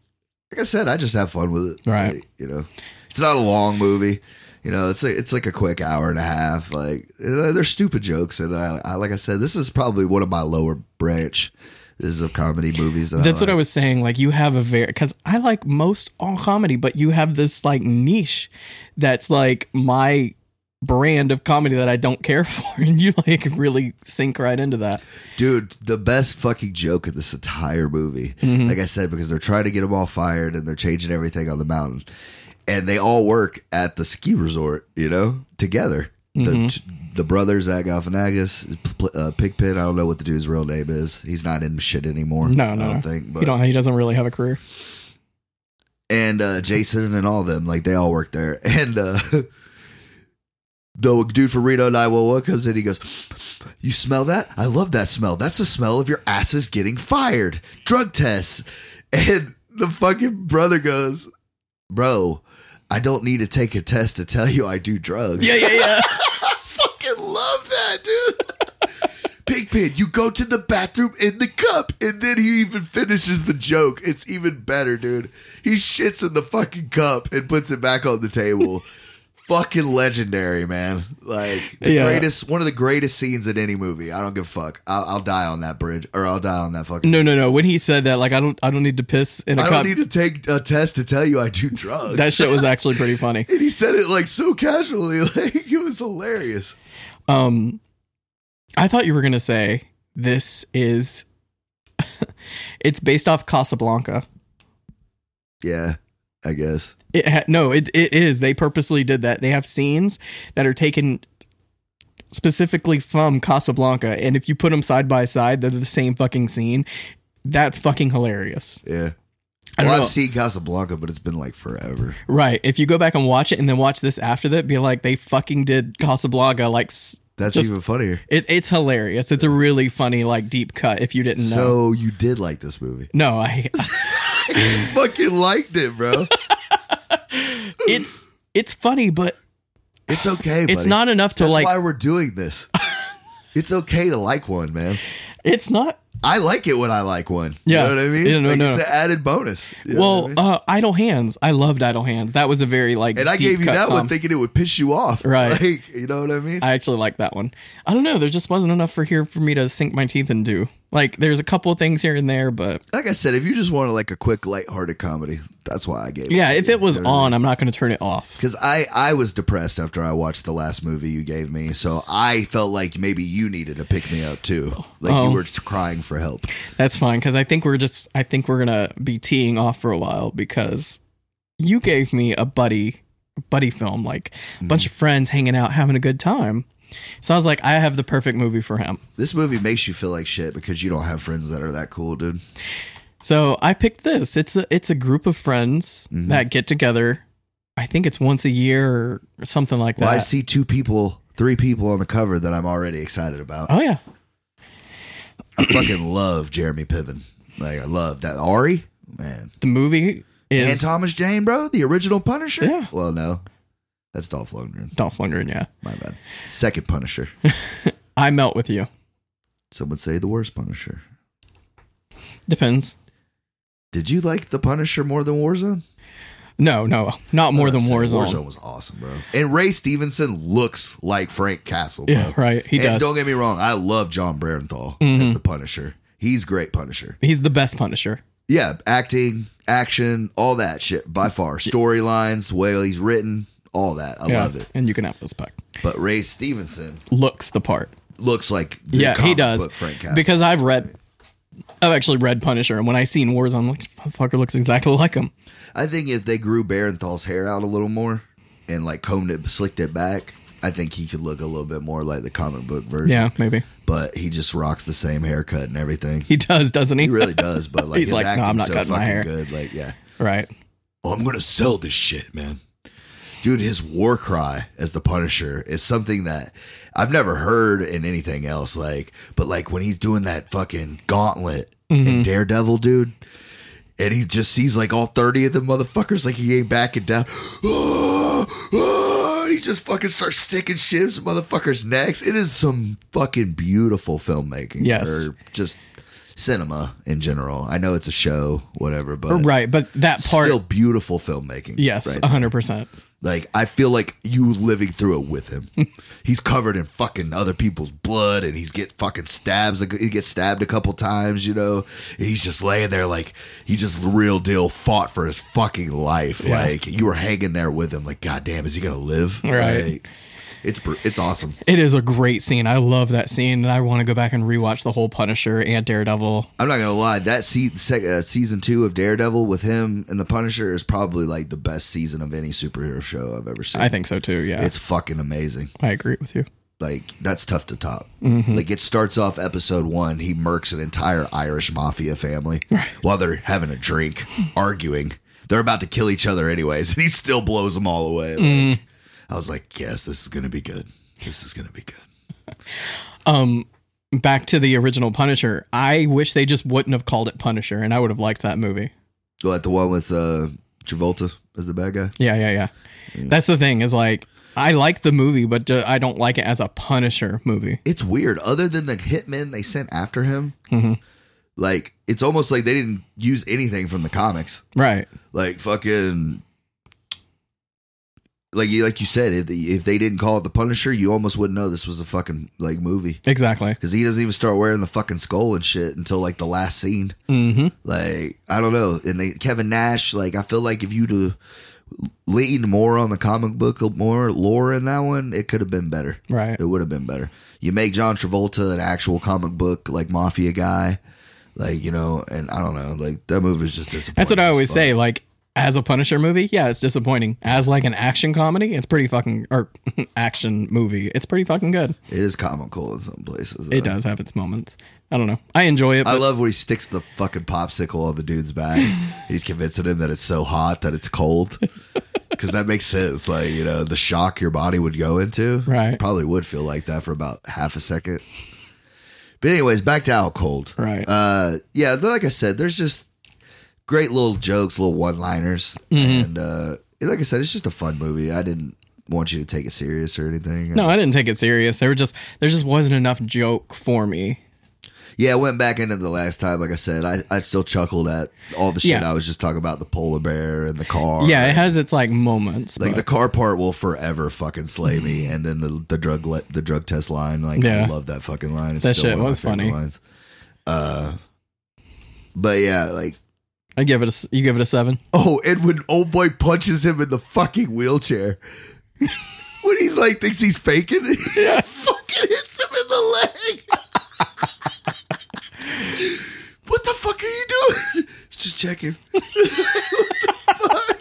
[SPEAKER 3] like I said, I just have fun with it,
[SPEAKER 2] Right.
[SPEAKER 3] Like, you know, it's not a long movie. You know, it's like it's like a quick hour and a half. Like uh, they're stupid jokes, and I, I like I said, this is probably one of my lower branch. This is of comedy movies. That
[SPEAKER 2] That's
[SPEAKER 3] I
[SPEAKER 2] what I
[SPEAKER 3] like.
[SPEAKER 2] was saying. Like, you have a very, because I like most all comedy, but you have this like niche that's like my brand of comedy that I don't care for. And you like really sink right into that.
[SPEAKER 3] dude. The best fucking joke of this entire movie,
[SPEAKER 2] Mm-hmm.
[SPEAKER 3] like I said, because they're trying to get them all fired and they're changing everything on the mountain, and they all work at the ski resort, you know, together.
[SPEAKER 2] Mm-hmm.
[SPEAKER 3] The t- the brothers at Galifianakis, pl- uh, Pigpen. I don't know what the dude's real name is. He's not in shit anymore.
[SPEAKER 2] No, no.
[SPEAKER 3] I
[SPEAKER 2] no.
[SPEAKER 3] don't think.
[SPEAKER 2] he,
[SPEAKER 3] But
[SPEAKER 2] don't, he doesn't really have a career.
[SPEAKER 3] and uh, Jason and all them, like they all work there. And uh, the dude from Reno 911 comes in, he goes, You smell that? I love that smell. That's the smell of your asses getting fired. Drug tests. And the fucking brother goes, Bro, I don't need to take a test to tell you I do drugs.
[SPEAKER 2] yeah, yeah.
[SPEAKER 3] I fucking love that, dude. Pigpen, you go to the bathroom in the cup, and then he even finishes the joke. It's even better, dude. He shits in the fucking cup and puts it back on the table. fucking legendary, man. Like the
[SPEAKER 2] Yeah.
[SPEAKER 3] greatest, one of the greatest scenes in any movie. I don't give a fuck. I'll, I'll die on that bridge, or I'll die on that fucking.
[SPEAKER 2] No, no, no. When he said that, like, I don't, I don't need to piss in a
[SPEAKER 3] I
[SPEAKER 2] cup.
[SPEAKER 3] don't need to take a test to tell you I do drugs.
[SPEAKER 2] that shit was actually pretty funny.
[SPEAKER 3] and he said it like so casually, like it was hilarious.
[SPEAKER 2] Um, I thought you were gonna say this is. it's based off Casablanca.
[SPEAKER 3] Yeah, I guess.
[SPEAKER 2] It ha- no, it it is. They purposely did that. They have scenes that are taken specifically from Casablanca, and if you put them side by side, they're the same fucking scene. That's fucking hilarious.
[SPEAKER 3] Yeah.
[SPEAKER 2] I don't
[SPEAKER 3] well,
[SPEAKER 2] know.
[SPEAKER 3] I've seen Casablanca, but it's been like forever.
[SPEAKER 2] Right. If you go back and watch it and then watch this after that, be like, they fucking did Casablanca. Like, s-
[SPEAKER 3] That's
[SPEAKER 2] Just-
[SPEAKER 3] even funnier.
[SPEAKER 2] it, it's hilarious. It's a really funny, like, deep cut if you didn't know.
[SPEAKER 3] So you did like this movie.
[SPEAKER 2] no, I,
[SPEAKER 3] you fucking liked it, bro.
[SPEAKER 2] it's it's funny, but
[SPEAKER 3] It's okay, buddy.
[SPEAKER 2] it's not enough to
[SPEAKER 3] That's
[SPEAKER 2] like.
[SPEAKER 3] why we're doing this. it's okay to like one, man.
[SPEAKER 2] It's not.
[SPEAKER 3] I like it when I like one.
[SPEAKER 2] Yeah.
[SPEAKER 3] You know what I mean?
[SPEAKER 2] Yeah, no,
[SPEAKER 3] like,
[SPEAKER 2] no.
[SPEAKER 3] It's an added bonus. You know
[SPEAKER 2] well,
[SPEAKER 3] what I mean?
[SPEAKER 2] uh, Idle Hands. I loved Idle Hands. That was a very like.
[SPEAKER 3] and I
[SPEAKER 2] deep
[SPEAKER 3] gave you
[SPEAKER 2] cut
[SPEAKER 3] that one
[SPEAKER 2] com-
[SPEAKER 3] thinking it would piss you off.
[SPEAKER 2] Right.
[SPEAKER 3] Like, you know what I mean?
[SPEAKER 2] I actually like that one. I don't know. There just wasn't enough for here for me to sink my teeth into. Like, there's a couple of things here and there, but
[SPEAKER 3] like I said, if you just wanted like a quick, lighthearted comedy, that's why I gave it.
[SPEAKER 2] yeah, if it was on, I'm not going to turn it off.
[SPEAKER 3] Because I, I was depressed after I watched the last movie you gave me, so I felt like maybe you needed to pick me up too. Like you
[SPEAKER 2] Oh.
[SPEAKER 3] were crying for help.
[SPEAKER 2] That's fine because I think we're just I think we're gonna be teeing off for a while because you
[SPEAKER 3] Mm.
[SPEAKER 2] gave me a buddy buddy film like a bunch of friends hanging out having a good time So I was like, I have the perfect movie for him.
[SPEAKER 3] This movie makes you feel like shit because you don't have friends that are that cool, dude.
[SPEAKER 2] So I picked this. It's a it's a group of friends
[SPEAKER 3] Mm-hmm.
[SPEAKER 2] that get together. I think it's once a year or something like
[SPEAKER 3] Well, I
[SPEAKER 2] that.
[SPEAKER 3] see two people, three people on the cover that I'm already excited about.
[SPEAKER 2] oh yeah.
[SPEAKER 3] I fucking love Jeremy Piven. Like I love that Ari man
[SPEAKER 2] The movie
[SPEAKER 3] and
[SPEAKER 2] is
[SPEAKER 3] Thomas Jane, bro, the original Punisher.
[SPEAKER 2] Yeah.
[SPEAKER 3] Well, no, that's Dolph Lundgren.
[SPEAKER 2] Dolph Lundgren, yeah.
[SPEAKER 3] My bad. Second Punisher.
[SPEAKER 2] I melt with you.
[SPEAKER 3] Some would say the worst Punisher.
[SPEAKER 2] Depends.
[SPEAKER 3] Did you like the Punisher more than Warzone?
[SPEAKER 2] No, no, not more
[SPEAKER 3] Uh,
[SPEAKER 2] than
[SPEAKER 3] sick.
[SPEAKER 2] Warzone.
[SPEAKER 3] Warzone was awesome, bro. And Ray Stevenson looks like Frank Castle, bro.
[SPEAKER 2] Yeah, right. He
[SPEAKER 3] and
[SPEAKER 2] does.
[SPEAKER 3] don't get me wrong, I love John Barenthal
[SPEAKER 2] Mm-hmm.
[SPEAKER 3] as the Punisher. He's great Punisher.
[SPEAKER 2] He's the best Punisher.
[SPEAKER 3] Yeah, acting, action, all that shit by far. Storylines, way he's written, all that. I
[SPEAKER 2] yeah.
[SPEAKER 3] love it.
[SPEAKER 2] And you can have this puck.
[SPEAKER 3] But Ray Stevenson
[SPEAKER 2] Looks the part.
[SPEAKER 3] looks like the
[SPEAKER 2] yeah, he
[SPEAKER 3] comic
[SPEAKER 2] does.
[SPEAKER 3] book Frank Castle.
[SPEAKER 2] Because I've read, I've actually read Punisher, and when I seen Warzone, I'm like, fucker looks exactly like him.
[SPEAKER 3] I think if they grew Barenthal's hair out a little more and like combed it, slicked it back, I think he could look a little bit more like the comic book version.
[SPEAKER 2] Yeah, maybe
[SPEAKER 3] But he just rocks the same haircut and everything.
[SPEAKER 2] he does, doesn't he?
[SPEAKER 3] He really does. But like
[SPEAKER 2] He's
[SPEAKER 3] his
[SPEAKER 2] like, "No, I'm
[SPEAKER 3] acting's
[SPEAKER 2] not
[SPEAKER 3] so
[SPEAKER 2] cutting my
[SPEAKER 3] fucking
[SPEAKER 2] hair."
[SPEAKER 3] good. Like, yeah.
[SPEAKER 2] right.
[SPEAKER 3] Oh, I'm gonna sell this shit, man. Dude, his war cry as the Punisher is something that I've never heard in anything else. Like, but like when he's doing that fucking gauntlet in Daredevil, dude, and he just sees like all 30 of them motherfuckers, like he ain't backing down. And he just fucking starts sticking shivs in motherfuckers' necks. It is some fucking beautiful filmmaking.
[SPEAKER 2] Yes.
[SPEAKER 3] Or just cinema in general. I know it's a show, whatever, but
[SPEAKER 2] Right, but that part,
[SPEAKER 3] still beautiful filmmaking.
[SPEAKER 2] yes,
[SPEAKER 3] right?
[SPEAKER 2] hundred percent.
[SPEAKER 3] Like I feel like you living through it with him. he's covered in fucking other people's blood, and he's get fucking stabs. He gets stabbed a couple times, you know. And he's just laying there like he just real deal fought for his fucking life.
[SPEAKER 2] Yeah.
[SPEAKER 3] Like you were hanging there with him. Like goddamn, is he gonna live?
[SPEAKER 2] Right.
[SPEAKER 3] Like, it's br- it's awesome.
[SPEAKER 2] It is a great scene. I love that scene, and I want to go back and rewatch the whole Punisher and Daredevil.
[SPEAKER 3] I'm not gonna lie. That se- sec- uh, season two of Daredevil with him and the Punisher is probably like the best season of any superhero show I've ever seen.
[SPEAKER 2] I think so too. Yeah,
[SPEAKER 3] it's fucking amazing.
[SPEAKER 2] I agree with you.
[SPEAKER 3] like that's tough to top. Like it starts off episode one, he murks an entire Irish mafia family while they're having a drink, arguing. They're about to kill each other anyways, and he still blows them all away. Like, I was like, yes, this is gonna be good. This is gonna be good.
[SPEAKER 2] Back to the original Punisher. I wish they just wouldn't have called it Punisher, and I would have liked that movie.
[SPEAKER 3] Go at the one with uh, Travolta as the bad guy.
[SPEAKER 2] Yeah, yeah, yeah.
[SPEAKER 3] Mm.
[SPEAKER 2] That's the thing is like I like the movie, but ju- I don't like it as a Punisher movie.
[SPEAKER 3] It's weird. Other than the hitmen they sent after him,
[SPEAKER 2] Mm-hmm.
[SPEAKER 3] like it's almost like they didn't use anything from the comics.
[SPEAKER 2] Right.
[SPEAKER 3] like fucking like you like you said if, the, if they didn't call it the punisher you almost wouldn't know this was a fucking like movie
[SPEAKER 2] Exactly.
[SPEAKER 3] because he doesn't even start wearing the fucking skull and shit until like the last scene
[SPEAKER 2] hmm
[SPEAKER 3] like i don't know and they kevin nash like i feel like if you'd have leaned more on the comic book uh, more lore in that one it could have been better
[SPEAKER 2] Right.
[SPEAKER 3] it would have been better. You make John Travolta an actual comic book like mafia guy, like you know, and I don't know, like that movie is just disappointing.
[SPEAKER 2] That's what I
[SPEAKER 3] as
[SPEAKER 2] always
[SPEAKER 3] fuck.
[SPEAKER 2] say. Like as a Punisher movie, yeah, it's disappointing. As like an action comedy, it's pretty fucking or action movie. It's pretty fucking good.
[SPEAKER 3] It is comical in some places.
[SPEAKER 2] It
[SPEAKER 3] though.
[SPEAKER 2] does have its moments. I don't know. I enjoy it.
[SPEAKER 3] I
[SPEAKER 2] But
[SPEAKER 3] love when he sticks the fucking popsicle on the dude's back. He's convincing him that it's so hot that it's cold. Because that makes sense. Like, you know, the shock your body would go into.
[SPEAKER 2] Right.
[SPEAKER 3] Probably would feel like that for about half a second. But, anyways, back to Out Cold.
[SPEAKER 2] Right.
[SPEAKER 3] Uh, yeah, like I said, there's just great little jokes, little one liners.
[SPEAKER 2] Mm-hmm.
[SPEAKER 3] And uh, like I said, it's just a fun movie. I didn't want you to take it serious or anything.
[SPEAKER 2] no, I didn't take it serious. There were just there just wasn't enough joke for me.
[SPEAKER 3] Yeah, I went back into the last time. Like I said, I, I still chuckled at all the shit
[SPEAKER 2] Yeah.
[SPEAKER 3] I was just talking about the polar bear and the car.
[SPEAKER 2] Yeah, it has its like moments.
[SPEAKER 3] Like
[SPEAKER 2] but
[SPEAKER 3] the car part will forever fucking slay me, and then the the drug let the drug test line, like I
[SPEAKER 2] Mm. Yeah.
[SPEAKER 3] love that fucking line. It's
[SPEAKER 2] That
[SPEAKER 3] still
[SPEAKER 2] shit
[SPEAKER 3] one of
[SPEAKER 2] was
[SPEAKER 3] my favorite
[SPEAKER 2] funny.
[SPEAKER 3] Lines. Uh, but yeah, like
[SPEAKER 2] I give it a s- you give it a seven.
[SPEAKER 3] oh, and when old boy punches him in the fucking wheelchair, when he's like thinks he's faking, it, he fucking hits him in the leg. what the fuck are you doing? Just checking. what the fuck?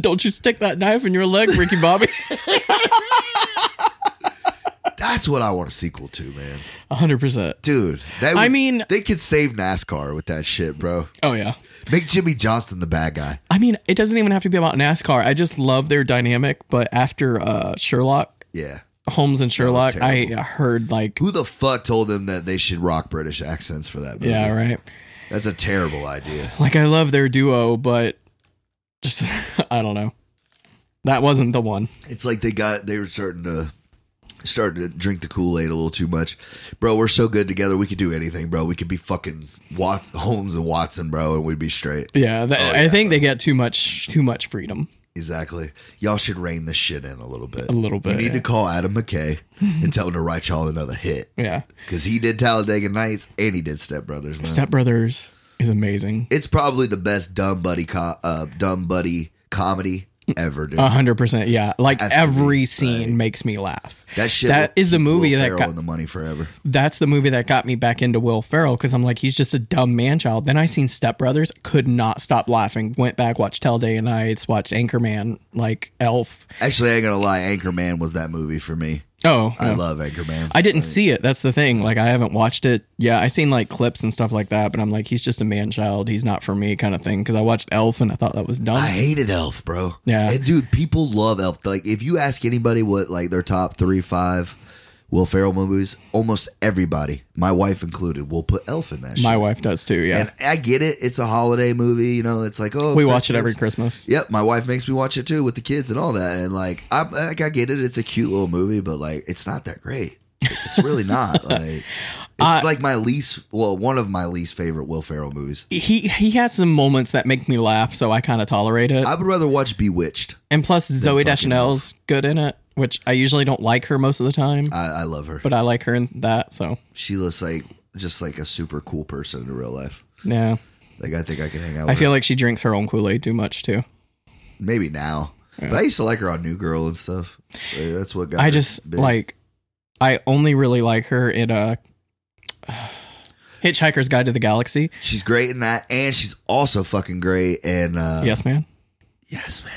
[SPEAKER 2] Don't you stick that knife in your leg, Ricky Bobby.
[SPEAKER 3] That's what I want a sequel to, man.
[SPEAKER 2] 100%.
[SPEAKER 3] Dude, that
[SPEAKER 2] I mean-
[SPEAKER 3] they could save NASCAR with that shit, bro.
[SPEAKER 2] Oh, yeah.
[SPEAKER 3] Make Jimmy Johnson the bad guy.
[SPEAKER 2] I mean, it doesn't even have to be about NASCAR. I just love their dynamic. But after uh, Sherlock,
[SPEAKER 3] Yeah.
[SPEAKER 2] Holmes and
[SPEAKER 3] was
[SPEAKER 2] Sherlock, I heard like,
[SPEAKER 3] Who the fuck told them that they should rock British accents for that movie?
[SPEAKER 2] yeah, right.
[SPEAKER 3] That's a terrible idea.
[SPEAKER 2] Like, I love their duo, but just, I don't know. That wasn't the one.
[SPEAKER 3] It's like they got they were starting to starting to drink the Kool-Aid a little too much. Bro, we're so good together. We could do anything, bro. We could be fucking Wat- Holmes and Watson, bro, and we'd be straight.
[SPEAKER 2] Yeah, that,
[SPEAKER 3] Oh,
[SPEAKER 2] I
[SPEAKER 3] yeah,
[SPEAKER 2] think they get too much too much freedom.
[SPEAKER 3] Exactly. Y'all should rein this shit in a little bit.
[SPEAKER 2] A little bit,
[SPEAKER 3] You need
[SPEAKER 2] yeah.
[SPEAKER 3] to call Adam McKay and tell him to write y'all another hit.
[SPEAKER 2] Yeah.
[SPEAKER 3] Because he did Talladega Nights and he did Step Brothers, man.
[SPEAKER 2] Step Brothers is amazing.
[SPEAKER 3] it's probably the best dumb buddy co- uh, dumb buddy comedy ever, dude.
[SPEAKER 2] A hundred percent, yeah. Like
[SPEAKER 3] Has to be,
[SPEAKER 2] every scene makes me laugh.
[SPEAKER 3] that shit
[SPEAKER 2] that
[SPEAKER 3] will
[SPEAKER 2] is the
[SPEAKER 3] keep
[SPEAKER 2] movie
[SPEAKER 3] Will
[SPEAKER 2] that
[SPEAKER 3] Ferrell
[SPEAKER 2] got-
[SPEAKER 3] in the money forever.
[SPEAKER 2] That's the movie that got me back into Will Ferrell because I'm like, he's just a dumb man child. Then I seen Step Brothers, could not stop laughing. Went back, watched Tell Day and Nights, watched Anchorman, like Elf.
[SPEAKER 3] Actually, I ain't gonna lie, Anchorman was that movie for me.
[SPEAKER 2] Oh,
[SPEAKER 3] I
[SPEAKER 2] yeah.
[SPEAKER 3] love Anchorman.
[SPEAKER 2] I didn't see it. That's the thing. Like I haven't watched it. Yeah, I seen like clips and stuff like that, but I'm like, he's just a man child. He's not for me, kind of thing. Because I watched Elf and I thought that was dumb.
[SPEAKER 3] I hated Elf, bro.
[SPEAKER 2] Yeah.
[SPEAKER 3] and dude, people love Elf. Like, if you ask anybody what like their top three, five Will Ferrell movies, almost everybody, my wife included, will put Elf in that. shit.
[SPEAKER 2] My wife does too. Yeah,
[SPEAKER 3] And I get it. It's a holiday movie. You know, it's like, oh,
[SPEAKER 2] we watch it every
[SPEAKER 3] Christmas.
[SPEAKER 2] Christmas.
[SPEAKER 3] Yep, my wife makes me watch it too with the kids and all that. And like, I like I get it. It's a cute little movie, but like, it's not that great. It's really not. Like, it's
[SPEAKER 2] I-
[SPEAKER 3] like my least well, one of my least favorite Will Ferrell movies.
[SPEAKER 2] He he has some moments that make me laugh, so I kind of tolerate it.
[SPEAKER 3] I would rather watch Bewitched.
[SPEAKER 2] And plus, Zoe
[SPEAKER 3] fucking
[SPEAKER 2] Deschanel's good in it, which I usually don't like her most of the time,
[SPEAKER 3] I, I love her.
[SPEAKER 2] but I like her in that. So
[SPEAKER 3] She looks like just like a super cool person in real life.
[SPEAKER 2] yeah,
[SPEAKER 3] Like, I think I can hang out.
[SPEAKER 2] I
[SPEAKER 3] with
[SPEAKER 2] feel like she drinks her own Kool Aid too much too.
[SPEAKER 3] her. maybe now, but I used to like her on New Girl and stuff. Like, that's what got.
[SPEAKER 2] I
[SPEAKER 3] her
[SPEAKER 2] just
[SPEAKER 3] big.
[SPEAKER 2] like, I only really like her in a Hitchhiker's Guide to the Galaxy.
[SPEAKER 3] she's great in that, and she's also fucking great. And uh,
[SPEAKER 2] yes, man.
[SPEAKER 3] yes, man,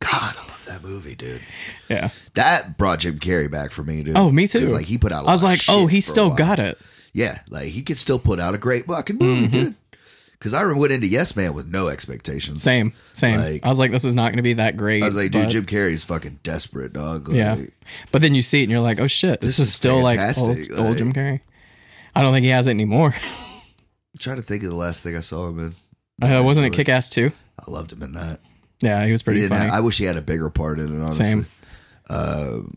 [SPEAKER 3] God, I love that movie, dude.
[SPEAKER 2] Yeah.
[SPEAKER 3] That brought Jim Carrey back for me, dude.
[SPEAKER 2] Oh, me too.
[SPEAKER 3] 'Cause, Like he put out. I
[SPEAKER 2] I was like, oh, he still got Mm-hmm. it.
[SPEAKER 3] Yeah, like he could still put out a great fucking movie, dude. Because I went into Yes Man with no expectations.
[SPEAKER 2] Same, same.
[SPEAKER 3] Like-
[SPEAKER 2] I was like, this is not going to be that great.
[SPEAKER 3] I was like, dude,
[SPEAKER 2] but-
[SPEAKER 3] Jim Carrey's fucking desperate, dog. Like,
[SPEAKER 2] Yeah. But then you see it and you're like, oh shit, this,
[SPEAKER 3] This
[SPEAKER 2] is
[SPEAKER 3] is
[SPEAKER 2] still like old,
[SPEAKER 3] fantastic,
[SPEAKER 2] old
[SPEAKER 3] like-
[SPEAKER 2] Jim Carrey. I don't think he has it anymore.
[SPEAKER 3] I'm trying to think of the last thing I saw him in.
[SPEAKER 2] Uh, wasn't it Kick Ass too?
[SPEAKER 3] I loved him in that.
[SPEAKER 2] Yeah, he was
[SPEAKER 3] He
[SPEAKER 2] pretty
[SPEAKER 3] didn't
[SPEAKER 2] funny.
[SPEAKER 3] have- I wish he had a bigger part in it. Honestly.
[SPEAKER 2] Same.
[SPEAKER 3] Um,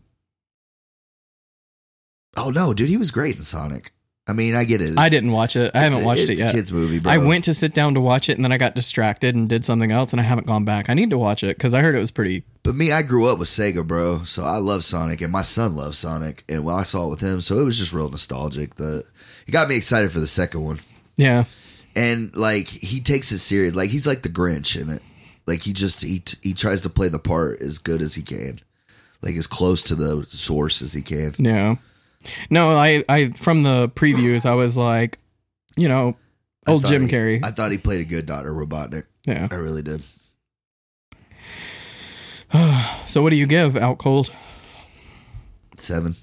[SPEAKER 3] oh no, dude, he was great in Sonic. I mean, I get it.
[SPEAKER 2] I
[SPEAKER 3] It's-
[SPEAKER 2] didn't watch it. I
[SPEAKER 3] it's
[SPEAKER 2] haven't
[SPEAKER 3] a-
[SPEAKER 2] watched it
[SPEAKER 3] it's a
[SPEAKER 2] yet.
[SPEAKER 3] Kids movie. Bro.
[SPEAKER 2] I went to sit down to watch it and then I got distracted and did something else and I haven't gone back. I need to watch it because I heard it was pretty.
[SPEAKER 3] But me, I grew up with Sega, bro. So I love Sonic, and my son loves Sonic, and well, I saw it with him, so it was just real nostalgic. The it got me excited for the second one,
[SPEAKER 2] Yeah.
[SPEAKER 3] and like he takes it serious, like he's like the Grinch in it. Like he just he he tries to play the part as good as he can, like as close to the source as he can.
[SPEAKER 2] Yeah. No, I, I, from the previews, I was like, you know,
[SPEAKER 3] I
[SPEAKER 2] old
[SPEAKER 3] thought
[SPEAKER 2] Jim
[SPEAKER 3] he-
[SPEAKER 2] Carrey.
[SPEAKER 3] I thought he played a good Doctor Robotnik.
[SPEAKER 2] yeah.
[SPEAKER 3] I really did.
[SPEAKER 2] So what do you give Out Cold?
[SPEAKER 3] Seven,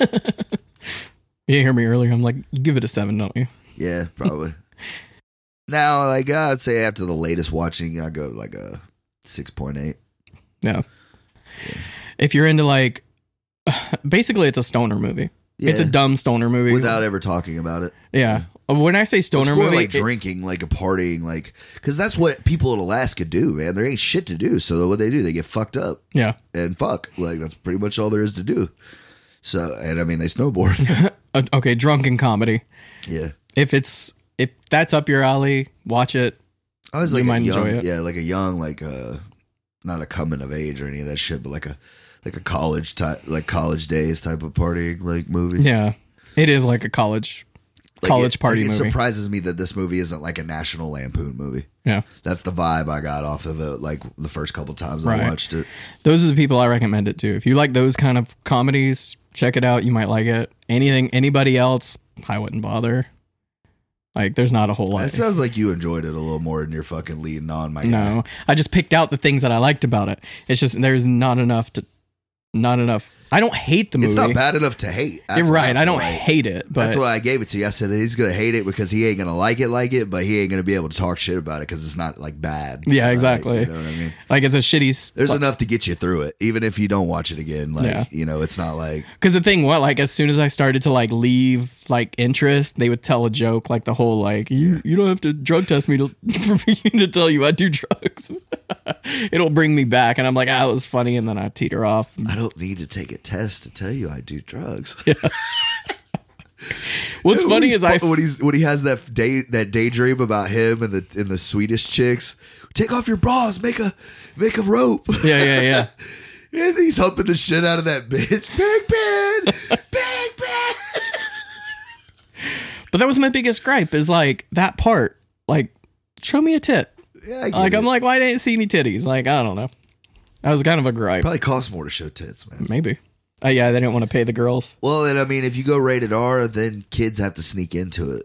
[SPEAKER 2] You hear me earlier. I'm like, you give it a seven, don't you?
[SPEAKER 3] yeah, probably. now, like I'd say after the latest watching, I go like a six point eight.
[SPEAKER 2] Yeah. If you're into like, basically, it's a stoner movie.
[SPEAKER 3] Yeah.
[SPEAKER 2] It's a dumb stoner movie.
[SPEAKER 3] without ever talking about it.
[SPEAKER 2] yeah. Uh, When I say
[SPEAKER 3] It's
[SPEAKER 2] stoner
[SPEAKER 3] more
[SPEAKER 2] movie,
[SPEAKER 3] like
[SPEAKER 2] it's-
[SPEAKER 3] drinking, like a partying, like because that's what people in Alaska do, man. There ain't shit to do, so what they do, they get fucked up
[SPEAKER 2] Yeah.
[SPEAKER 3] and fuck. Like that's pretty much all there is to do. So, and I mean, they snowboard.
[SPEAKER 2] Uh, okay, drunken comedy.
[SPEAKER 3] yeah,
[SPEAKER 2] If it's if that's up your alley, watch it.
[SPEAKER 3] I was
[SPEAKER 2] You
[SPEAKER 3] like
[SPEAKER 2] might
[SPEAKER 3] a
[SPEAKER 2] enjoy
[SPEAKER 3] young,
[SPEAKER 2] it.
[SPEAKER 3] yeah, like a young, like uh not a coming of age or any of that shit, but like a like a college type, like college days type of partying like movie.
[SPEAKER 2] Yeah. It is like a college
[SPEAKER 3] Like,
[SPEAKER 2] college
[SPEAKER 3] it-
[SPEAKER 2] party
[SPEAKER 3] like, It
[SPEAKER 2] movie.
[SPEAKER 3] surprises me that this movie isn't like a National Lampoon movie.
[SPEAKER 2] yeah.
[SPEAKER 3] That's the vibe I got off of it. Like the first couple times
[SPEAKER 2] Right.
[SPEAKER 3] I watched it.
[SPEAKER 2] Those are the people I recommend it to. If you like those kind of comedies, check it out. You might like it. Anything anybody else, I wouldn't bother. Like, there's not a whole
[SPEAKER 3] It
[SPEAKER 2] lot.
[SPEAKER 3] sounds like you enjoyed it a little more than you're fucking leading on, my guy.
[SPEAKER 2] No, I just picked out the things that I liked about it. It's just there's not enough to, not enough. I don't hate the movie.
[SPEAKER 3] It's not bad enough to hate. That's
[SPEAKER 2] You're
[SPEAKER 3] what
[SPEAKER 2] right. I
[SPEAKER 3] feel
[SPEAKER 2] don't
[SPEAKER 3] like.
[SPEAKER 2] hate it, but
[SPEAKER 3] That's why I gave it to you. I said he's gonna hate it because he ain't gonna like it like it, but he ain't gonna be able to talk shit about it because it's not like bad.
[SPEAKER 2] Yeah,
[SPEAKER 3] Like,
[SPEAKER 2] exactly.
[SPEAKER 3] You know what I mean?
[SPEAKER 2] like it's a shitty. s-
[SPEAKER 3] There's enough to get you through it, even if you don't watch it again. Like
[SPEAKER 2] Yeah.
[SPEAKER 3] you know, it's not like
[SPEAKER 2] Because the thing was, like, as soon as I started to like leave like interest, they would tell a joke, like the whole like you you don't have to drug test me to for me to tell you I do drugs. It'll bring me back, and I'm like, ah, it was funny, and then I teeter off.
[SPEAKER 3] I don't need to take a test to tell you I do drugs.
[SPEAKER 2] What's
[SPEAKER 3] When
[SPEAKER 2] funny
[SPEAKER 3] he's
[SPEAKER 2] is I
[SPEAKER 3] fu- when he's when he has that day that daydream about him and the and the Swedish chicks. Take off your bras, make a make a rope.
[SPEAKER 2] yeah yeah yeah.
[SPEAKER 3] And he's humping the shit out of that bitch. Big Ben! Big Ben!
[SPEAKER 2] But that was my biggest gripe is like that part, like show me a tit.
[SPEAKER 3] Yeah, I get
[SPEAKER 2] Like
[SPEAKER 3] it.
[SPEAKER 2] I'm like, why didn't see any titties? Like I don't know. That was kind of a gripe.
[SPEAKER 3] Probably costs more to show tits, man.
[SPEAKER 2] Maybe. Oh yeah, they didn't want to pay the girls.
[SPEAKER 3] Well, and I mean, if you go rated R, then kids have to sneak into it.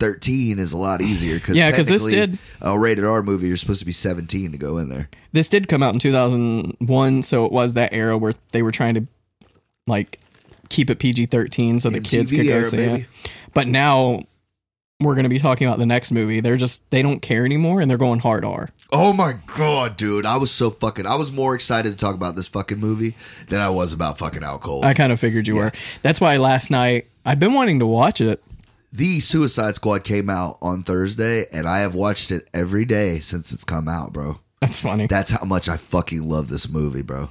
[SPEAKER 3] 13 is a lot easier because
[SPEAKER 2] Yeah, 'cause this did-
[SPEAKER 3] a rated R movie, you're supposed to be 17 to go in there.
[SPEAKER 2] This did come out in 2001, so it was that era where they were trying to like keep it PG-13 so the kids
[SPEAKER 3] MTV
[SPEAKER 2] could go
[SPEAKER 3] era,
[SPEAKER 2] see
[SPEAKER 3] baby.
[SPEAKER 2] it. But now we're going to be talking about the next movie. They're just they don't care anymore and they're going hard R.
[SPEAKER 3] Oh my god, dude! I was so fucking. I was more excited to talk about this fucking movie than I was about fucking alcohol.
[SPEAKER 2] I kind of figured you were. That's why last night I've been wanting to watch it.
[SPEAKER 3] the Suicide Squad came out on Thursday, and I have watched it every day since it's come out, bro.
[SPEAKER 2] That's funny.
[SPEAKER 3] That's how much I fucking love this movie, bro.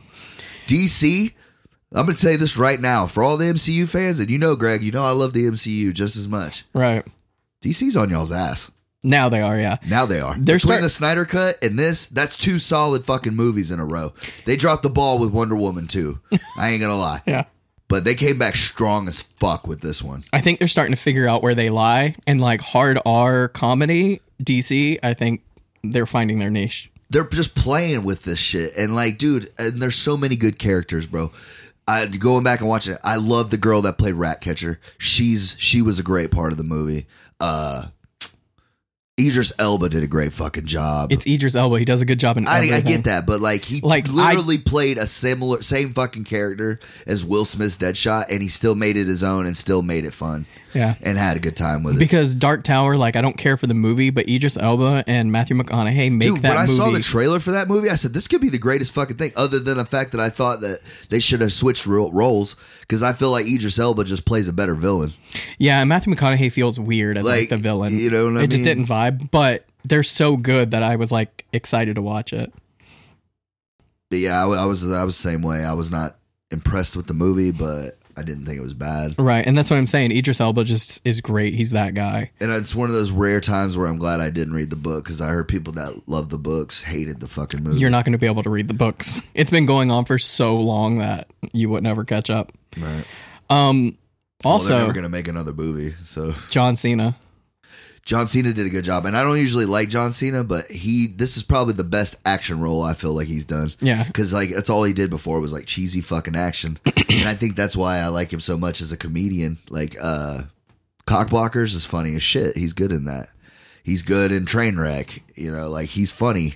[SPEAKER 3] DC, I'm gonna say this right now for all the MCU fans, and you know, Greg, you know I love the MCU just as much.
[SPEAKER 2] right.
[SPEAKER 3] DC's on y'all's ass.
[SPEAKER 2] Now they are, yeah.
[SPEAKER 3] Now they are.
[SPEAKER 2] They're
[SPEAKER 3] Between
[SPEAKER 2] start-
[SPEAKER 3] the Snyder Cut and this, that's two solid fucking movies in a row. They dropped the ball with Wonder Woman too. I ain't gonna lie.
[SPEAKER 2] Yeah.
[SPEAKER 3] But they came back strong as fuck with this one.
[SPEAKER 2] I think they're starting to figure out where they lie and like hard R comedy DC. I think they're finding their niche.
[SPEAKER 3] they're just playing with this shit and like dude and there's so many good characters bro I, going back and watching it i love the girl that played ratcatcher she's she was a great part of the movie uh idris elba did a great fucking job
[SPEAKER 2] It's Idris Elba. He does a good job in
[SPEAKER 3] I, I
[SPEAKER 2] everything.
[SPEAKER 3] get that but like he
[SPEAKER 2] Like, I-
[SPEAKER 3] literally played a similar same fucking character as will smith's deadshot and he still made it his own and still made it fun
[SPEAKER 2] Yeah.
[SPEAKER 3] and had a good time with it
[SPEAKER 2] Because Dark Tower, like I don't care for the movie, but Idris Elba and Matthew McConaughey make
[SPEAKER 3] Dude,
[SPEAKER 2] that
[SPEAKER 3] when I
[SPEAKER 2] movie.
[SPEAKER 3] saw the trailer for that movie, I said this could be the greatest fucking thing. Other than the fact that I thought that they should have switched ro- roles because I feel like Idris Elba just plays a better villain.
[SPEAKER 2] yeah, and Matthew McConaughey feels weird as like,
[SPEAKER 3] Like,
[SPEAKER 2] the villain.
[SPEAKER 3] you know what
[SPEAKER 2] it
[SPEAKER 3] I
[SPEAKER 2] just
[SPEAKER 3] mean?
[SPEAKER 2] didn't vibe, but they're so good that I was like excited to watch it.
[SPEAKER 3] But yeah, I, wa- I was I was the same way. I was not impressed with the movie, but I didn't think it was bad.
[SPEAKER 2] Right, and that's what I'm saying. Idris Elba just is great. He's that guy.
[SPEAKER 3] And it's one of those rare times where I'm glad I didn't read the book because I heard people that love the books hated the fucking movie.
[SPEAKER 2] You're not going to be able to read the books. It's been going on for so long that you would never catch up.
[SPEAKER 3] right.
[SPEAKER 2] Um,
[SPEAKER 3] well, they're
[SPEAKER 2] also,
[SPEAKER 3] never gonna make another movie, so.
[SPEAKER 2] John Cena.
[SPEAKER 3] John Cena did a good job, and I don't usually like John Cena, but he this is probably the best action role I feel like he's done.
[SPEAKER 2] Yeah.
[SPEAKER 3] because like that's all he did before was like cheesy fucking action, and I think that's why I like him so much as a comedian. Like, uh, Cockblockers is funny as shit. He's good in that. He's good in Trainwreck. You know, like he's funny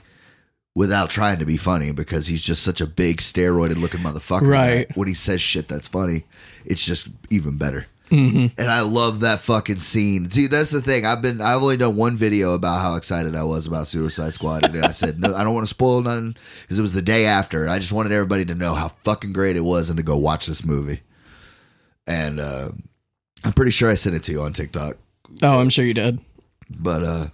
[SPEAKER 3] without trying to be funny because he's just such a big steroided looking motherfucker. that
[SPEAKER 2] Right.
[SPEAKER 3] when he says shit that's funny, it's just even better.
[SPEAKER 2] Mm-hmm.
[SPEAKER 3] And I love that fucking scene. Dude, that's the thing. I've been I've only done one video about how excited I was about Suicide Squad. And I said, no, I don't want to spoil nothing because it was the day after. And I just wanted everybody to know how fucking great it was and to go watch this movie. And uh, I'm pretty sure I sent it to you on TikTok.
[SPEAKER 2] Oh, I'm sure you did.
[SPEAKER 3] But uh,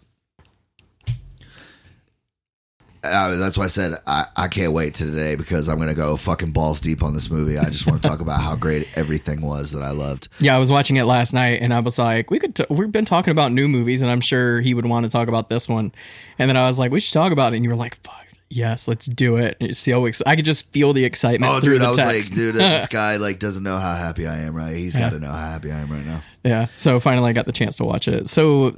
[SPEAKER 3] uh that's why I said I, I can't wait to today because I'm gonna go fucking balls deep on this movie. I just want to talk about how great everything was that I loved.
[SPEAKER 2] Yeah, I was watching it last night, and I was like, "We could. T- we've been talking about new movies, and I'm sure he would want to talk about this one." And then I was like, "We should talk about it." And you were like, "Fuck, yes, let's do it." And see how ex- I could just feel the excitement
[SPEAKER 3] Oh,
[SPEAKER 2] through
[SPEAKER 3] dude,
[SPEAKER 2] the
[SPEAKER 3] I was
[SPEAKER 2] text.
[SPEAKER 3] like, dude, this guy like doesn't know how happy I am. Right? He's got to know how happy I am right now.
[SPEAKER 2] yeah. So finally, I got the chance to watch it. So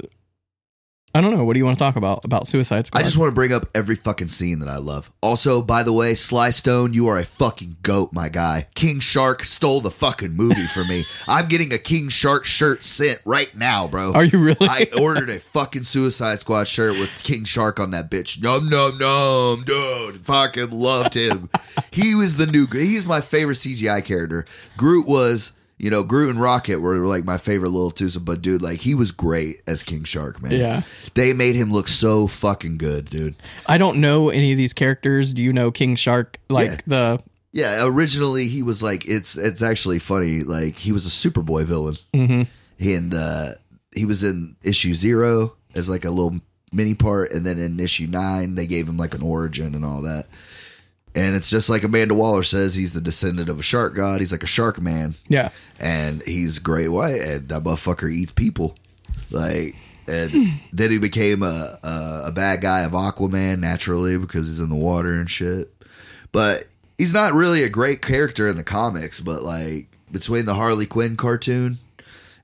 [SPEAKER 2] I don't know. What do you want to talk about about Suicide Squad?
[SPEAKER 3] I just want to bring up every fucking scene that I love. Also, by the way, Sly Stone, you are a fucking goat, my guy. King Shark stole the fucking movie for me. I'm getting a King Shark shirt sent right now, bro.
[SPEAKER 2] Are you really?
[SPEAKER 3] I ordered a fucking Suicide Squad shirt with King Shark on that bitch. Num num num, dude. Fucking loved him. he was the new. He's my favorite CGI character. Groot was. You know, Groot and Rocket were like my favorite little twosome, but dude, like he was great as King Shark, man.
[SPEAKER 2] Yeah.
[SPEAKER 3] They made him look so fucking good, dude.
[SPEAKER 2] I don't know any of these characters. Do you know King Shark? Like
[SPEAKER 3] Yeah.
[SPEAKER 2] the
[SPEAKER 3] Yeah, originally he was like it's it's actually funny, like he was a Superboy villain. And uh he was in issue 0 as like a little mini part and then in issue 9 they gave him like an origin and all that. And it's just like Amanda Waller says he's the descendant of a shark god. He's like a shark man
[SPEAKER 2] yeah.
[SPEAKER 3] and he's great white and that motherfucker eats people like and then he became a, a a bad guy of aquaman naturally because he's in the water and shit but he's not really a great character in the comics but like between the harley quinn cartoon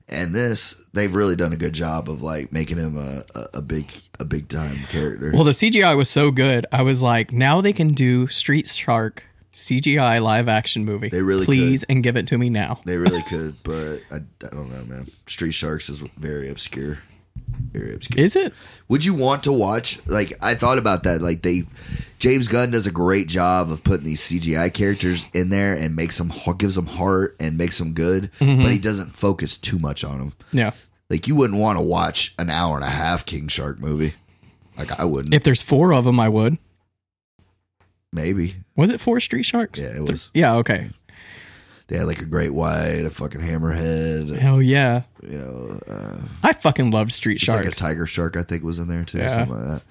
[SPEAKER 3] and this they've really done a good job of like making him a, a, a big a big time character
[SPEAKER 2] Well, the CGI was so good. I was like, now they can do Street Shark CGI live action movie.
[SPEAKER 3] They really
[SPEAKER 2] please and give it to me now.
[SPEAKER 3] they really could but I, I don't know man street sharks is very obscure very obscure
[SPEAKER 2] Is it?
[SPEAKER 3] Would you want to watch? Like I thought about that. Like they, James Gunn does a great job of putting these CGI characters in there and makes them gives them heart and makes them good,
[SPEAKER 2] Mm-hmm.
[SPEAKER 3] but he doesn't focus too much on them.
[SPEAKER 2] Yeah.
[SPEAKER 3] Like you wouldn't want to watch an hour and a half King Shark movie. Like I wouldn't.
[SPEAKER 2] If there's four of them, I would.
[SPEAKER 3] Maybe
[SPEAKER 2] Was it four Street Sharks?
[SPEAKER 3] Yeah, it was.
[SPEAKER 2] Yeah. Okay.
[SPEAKER 3] they had like a great white, a fucking hammerhead,
[SPEAKER 2] Hell yeah.
[SPEAKER 3] you know, uh,
[SPEAKER 2] I fucking loved Street
[SPEAKER 3] It's like
[SPEAKER 2] Sharks.
[SPEAKER 3] a tiger shark, I think, was in there too.
[SPEAKER 2] Yeah.
[SPEAKER 3] Something like that.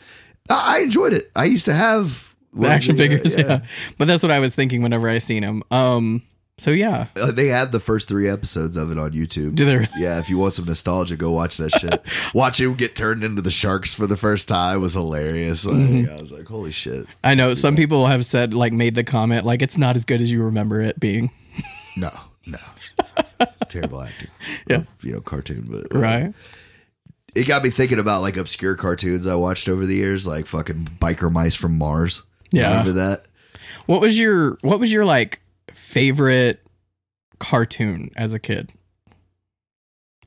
[SPEAKER 3] I, I enjoyed it. I used to have
[SPEAKER 2] the action figures, yeah. But that's what I was thinking whenever I seen him. Um. So yeah.
[SPEAKER 3] Uh, They have the first three episodes of it on YouTube.
[SPEAKER 2] Do they?
[SPEAKER 3] yeah, if you want some nostalgia, go watch that shit. watch him get turned into the sharks for the first time was hilarious. Like,
[SPEAKER 2] Mm-hmm.
[SPEAKER 3] I was like, holy shit.
[SPEAKER 2] I know some people have said like made the comment like it's not as good as you remember it being.
[SPEAKER 3] No, no. Terrible acting.
[SPEAKER 2] Yeah.
[SPEAKER 3] You know, cartoon, but uh,
[SPEAKER 2] Right.
[SPEAKER 3] It got me thinking about like obscure cartoons I watched over the years, like fucking biker mice from Mars.
[SPEAKER 2] Yeah.
[SPEAKER 3] Remember that?
[SPEAKER 2] What was your What was your like favorite cartoon as a kid?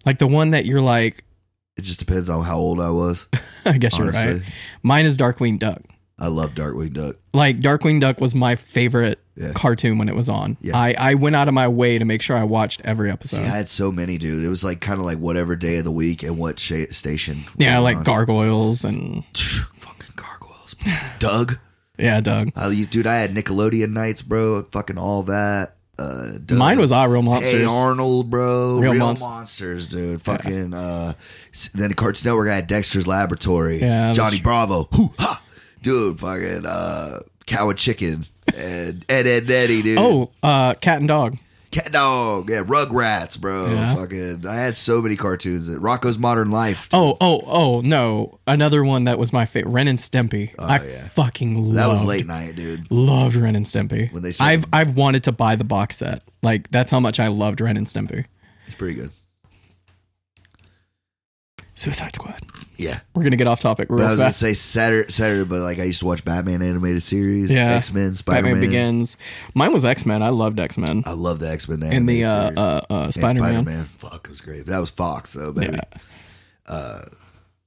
[SPEAKER 2] Like the one that you're like,
[SPEAKER 3] It just depends on how old I was.
[SPEAKER 2] I guess you're
[SPEAKER 3] Honestly.
[SPEAKER 2] right. Mine is Darkwing Duck.
[SPEAKER 3] I love Darkwing Duck.
[SPEAKER 2] Like Darkwing Duck was my favorite
[SPEAKER 3] Yeah.
[SPEAKER 2] cartoon when it was on.
[SPEAKER 3] Yeah.
[SPEAKER 2] I I went out of my way to make sure I watched every episode.
[SPEAKER 3] See, I had so many, dude. It was like kind of like whatever day of the week and what sha- station. we
[SPEAKER 2] yeah,
[SPEAKER 3] were
[SPEAKER 2] like
[SPEAKER 3] on.
[SPEAKER 2] gargoyles and
[SPEAKER 3] fucking gargoyles, bro. Doug.
[SPEAKER 2] yeah, Doug.
[SPEAKER 3] I, dude, I had Nickelodeon nights, bro. Fucking all that. Uh, Doug.
[SPEAKER 2] Mine was I Real Monsters.
[SPEAKER 3] Hey Arnold, bro.
[SPEAKER 2] Real
[SPEAKER 3] Real,
[SPEAKER 2] Monst-
[SPEAKER 3] monsters, dude. Fucking. Uh, s- then the Cartoon Network I had Dexter's Laboratory.
[SPEAKER 2] Yeah, that's
[SPEAKER 3] Johnny
[SPEAKER 2] true.
[SPEAKER 3] Bravo. Hoo ha, dude. Fucking uh, cow and chicken and Ed Ed Nettie, dude.
[SPEAKER 2] Oh, uh, Cat and Dog.
[SPEAKER 3] Cat Dog. Yeah, Rugrats, bro.
[SPEAKER 2] Yeah.
[SPEAKER 3] Fucking. I had so many cartoons. That, Rocco's Modern Life. dude.
[SPEAKER 2] Oh, oh, oh, no. Another one that was my favorite. Ren and Stimpy. I
[SPEAKER 3] Oh, yeah.
[SPEAKER 2] fucking loved
[SPEAKER 3] that was late night, dude.
[SPEAKER 2] Loved Ren and Stimpy.
[SPEAKER 3] When they
[SPEAKER 2] I've
[SPEAKER 3] started-
[SPEAKER 2] I've wanted to buy the box set. Like that's how much I loved Ren and Stimpy.
[SPEAKER 3] It's pretty good.
[SPEAKER 2] Suicide Squad.
[SPEAKER 3] Yeah.
[SPEAKER 2] We're gonna get off topic real
[SPEAKER 3] But I was
[SPEAKER 2] fast.
[SPEAKER 3] gonna say Saturday, Saturday, but like I used to watch Batman animated series,
[SPEAKER 2] Yeah.
[SPEAKER 3] X Men, Spider
[SPEAKER 2] Batman
[SPEAKER 3] Man.
[SPEAKER 2] Begins. Mine was X Men. I loved X Men
[SPEAKER 3] I love the X
[SPEAKER 2] and
[SPEAKER 3] Men
[SPEAKER 2] the
[SPEAKER 3] animated
[SPEAKER 2] uh,
[SPEAKER 3] series.
[SPEAKER 2] uh, uh,
[SPEAKER 3] And
[SPEAKER 2] Spider Man.
[SPEAKER 3] Spider-Man. Fuck, it was great. That was Fox though, baby. Uh,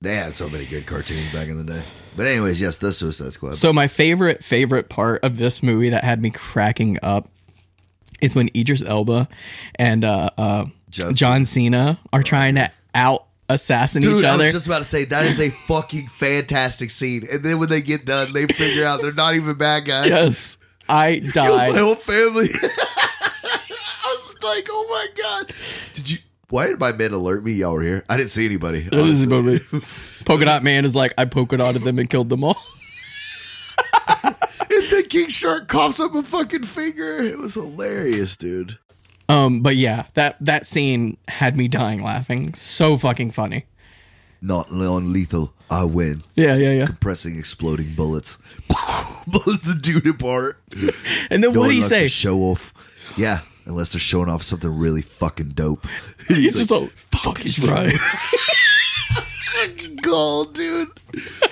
[SPEAKER 3] they had so many good cartoons back in the day. But anyways, yes, the Suicide Squad.
[SPEAKER 2] So my favorite favorite part of this movie that had me cracking up is when Idris Elba and uh, uh,
[SPEAKER 3] John
[SPEAKER 2] John Cena are trying to out assassinate
[SPEAKER 3] Dude,
[SPEAKER 2] each
[SPEAKER 3] I
[SPEAKER 2] other.
[SPEAKER 3] was just about to say that is a fucking fantastic scene. And then when they get done, they figure out they're not even bad guys.
[SPEAKER 2] Yes. I
[SPEAKER 3] Killed my
[SPEAKER 2] died.
[SPEAKER 3] whole family. I was like, oh my god, did you? Why did my men alert me? Y'all were here. I didn't see anybody.
[SPEAKER 2] That is
[SPEAKER 3] honestly.
[SPEAKER 2] about it. Polka Dot Man is like, I polka dotted them and killed them all.
[SPEAKER 3] And then King Shark coughs up a fucking finger. It was hilarious, dude.
[SPEAKER 2] Um, but yeah, that that scene had me dying laughing. So fucking funny.
[SPEAKER 3] Not non lethal. I win.
[SPEAKER 2] Yeah, yeah, yeah.
[SPEAKER 3] Pressing exploding bullets. Blows the dude apart.
[SPEAKER 2] And then what
[SPEAKER 3] No one
[SPEAKER 2] do you
[SPEAKER 3] likes to
[SPEAKER 2] say?
[SPEAKER 3] Show off. Yeah, unless they're showing off something really fucking dope.
[SPEAKER 2] He's just like, fuck, he's right.
[SPEAKER 3] fucking gold, dude.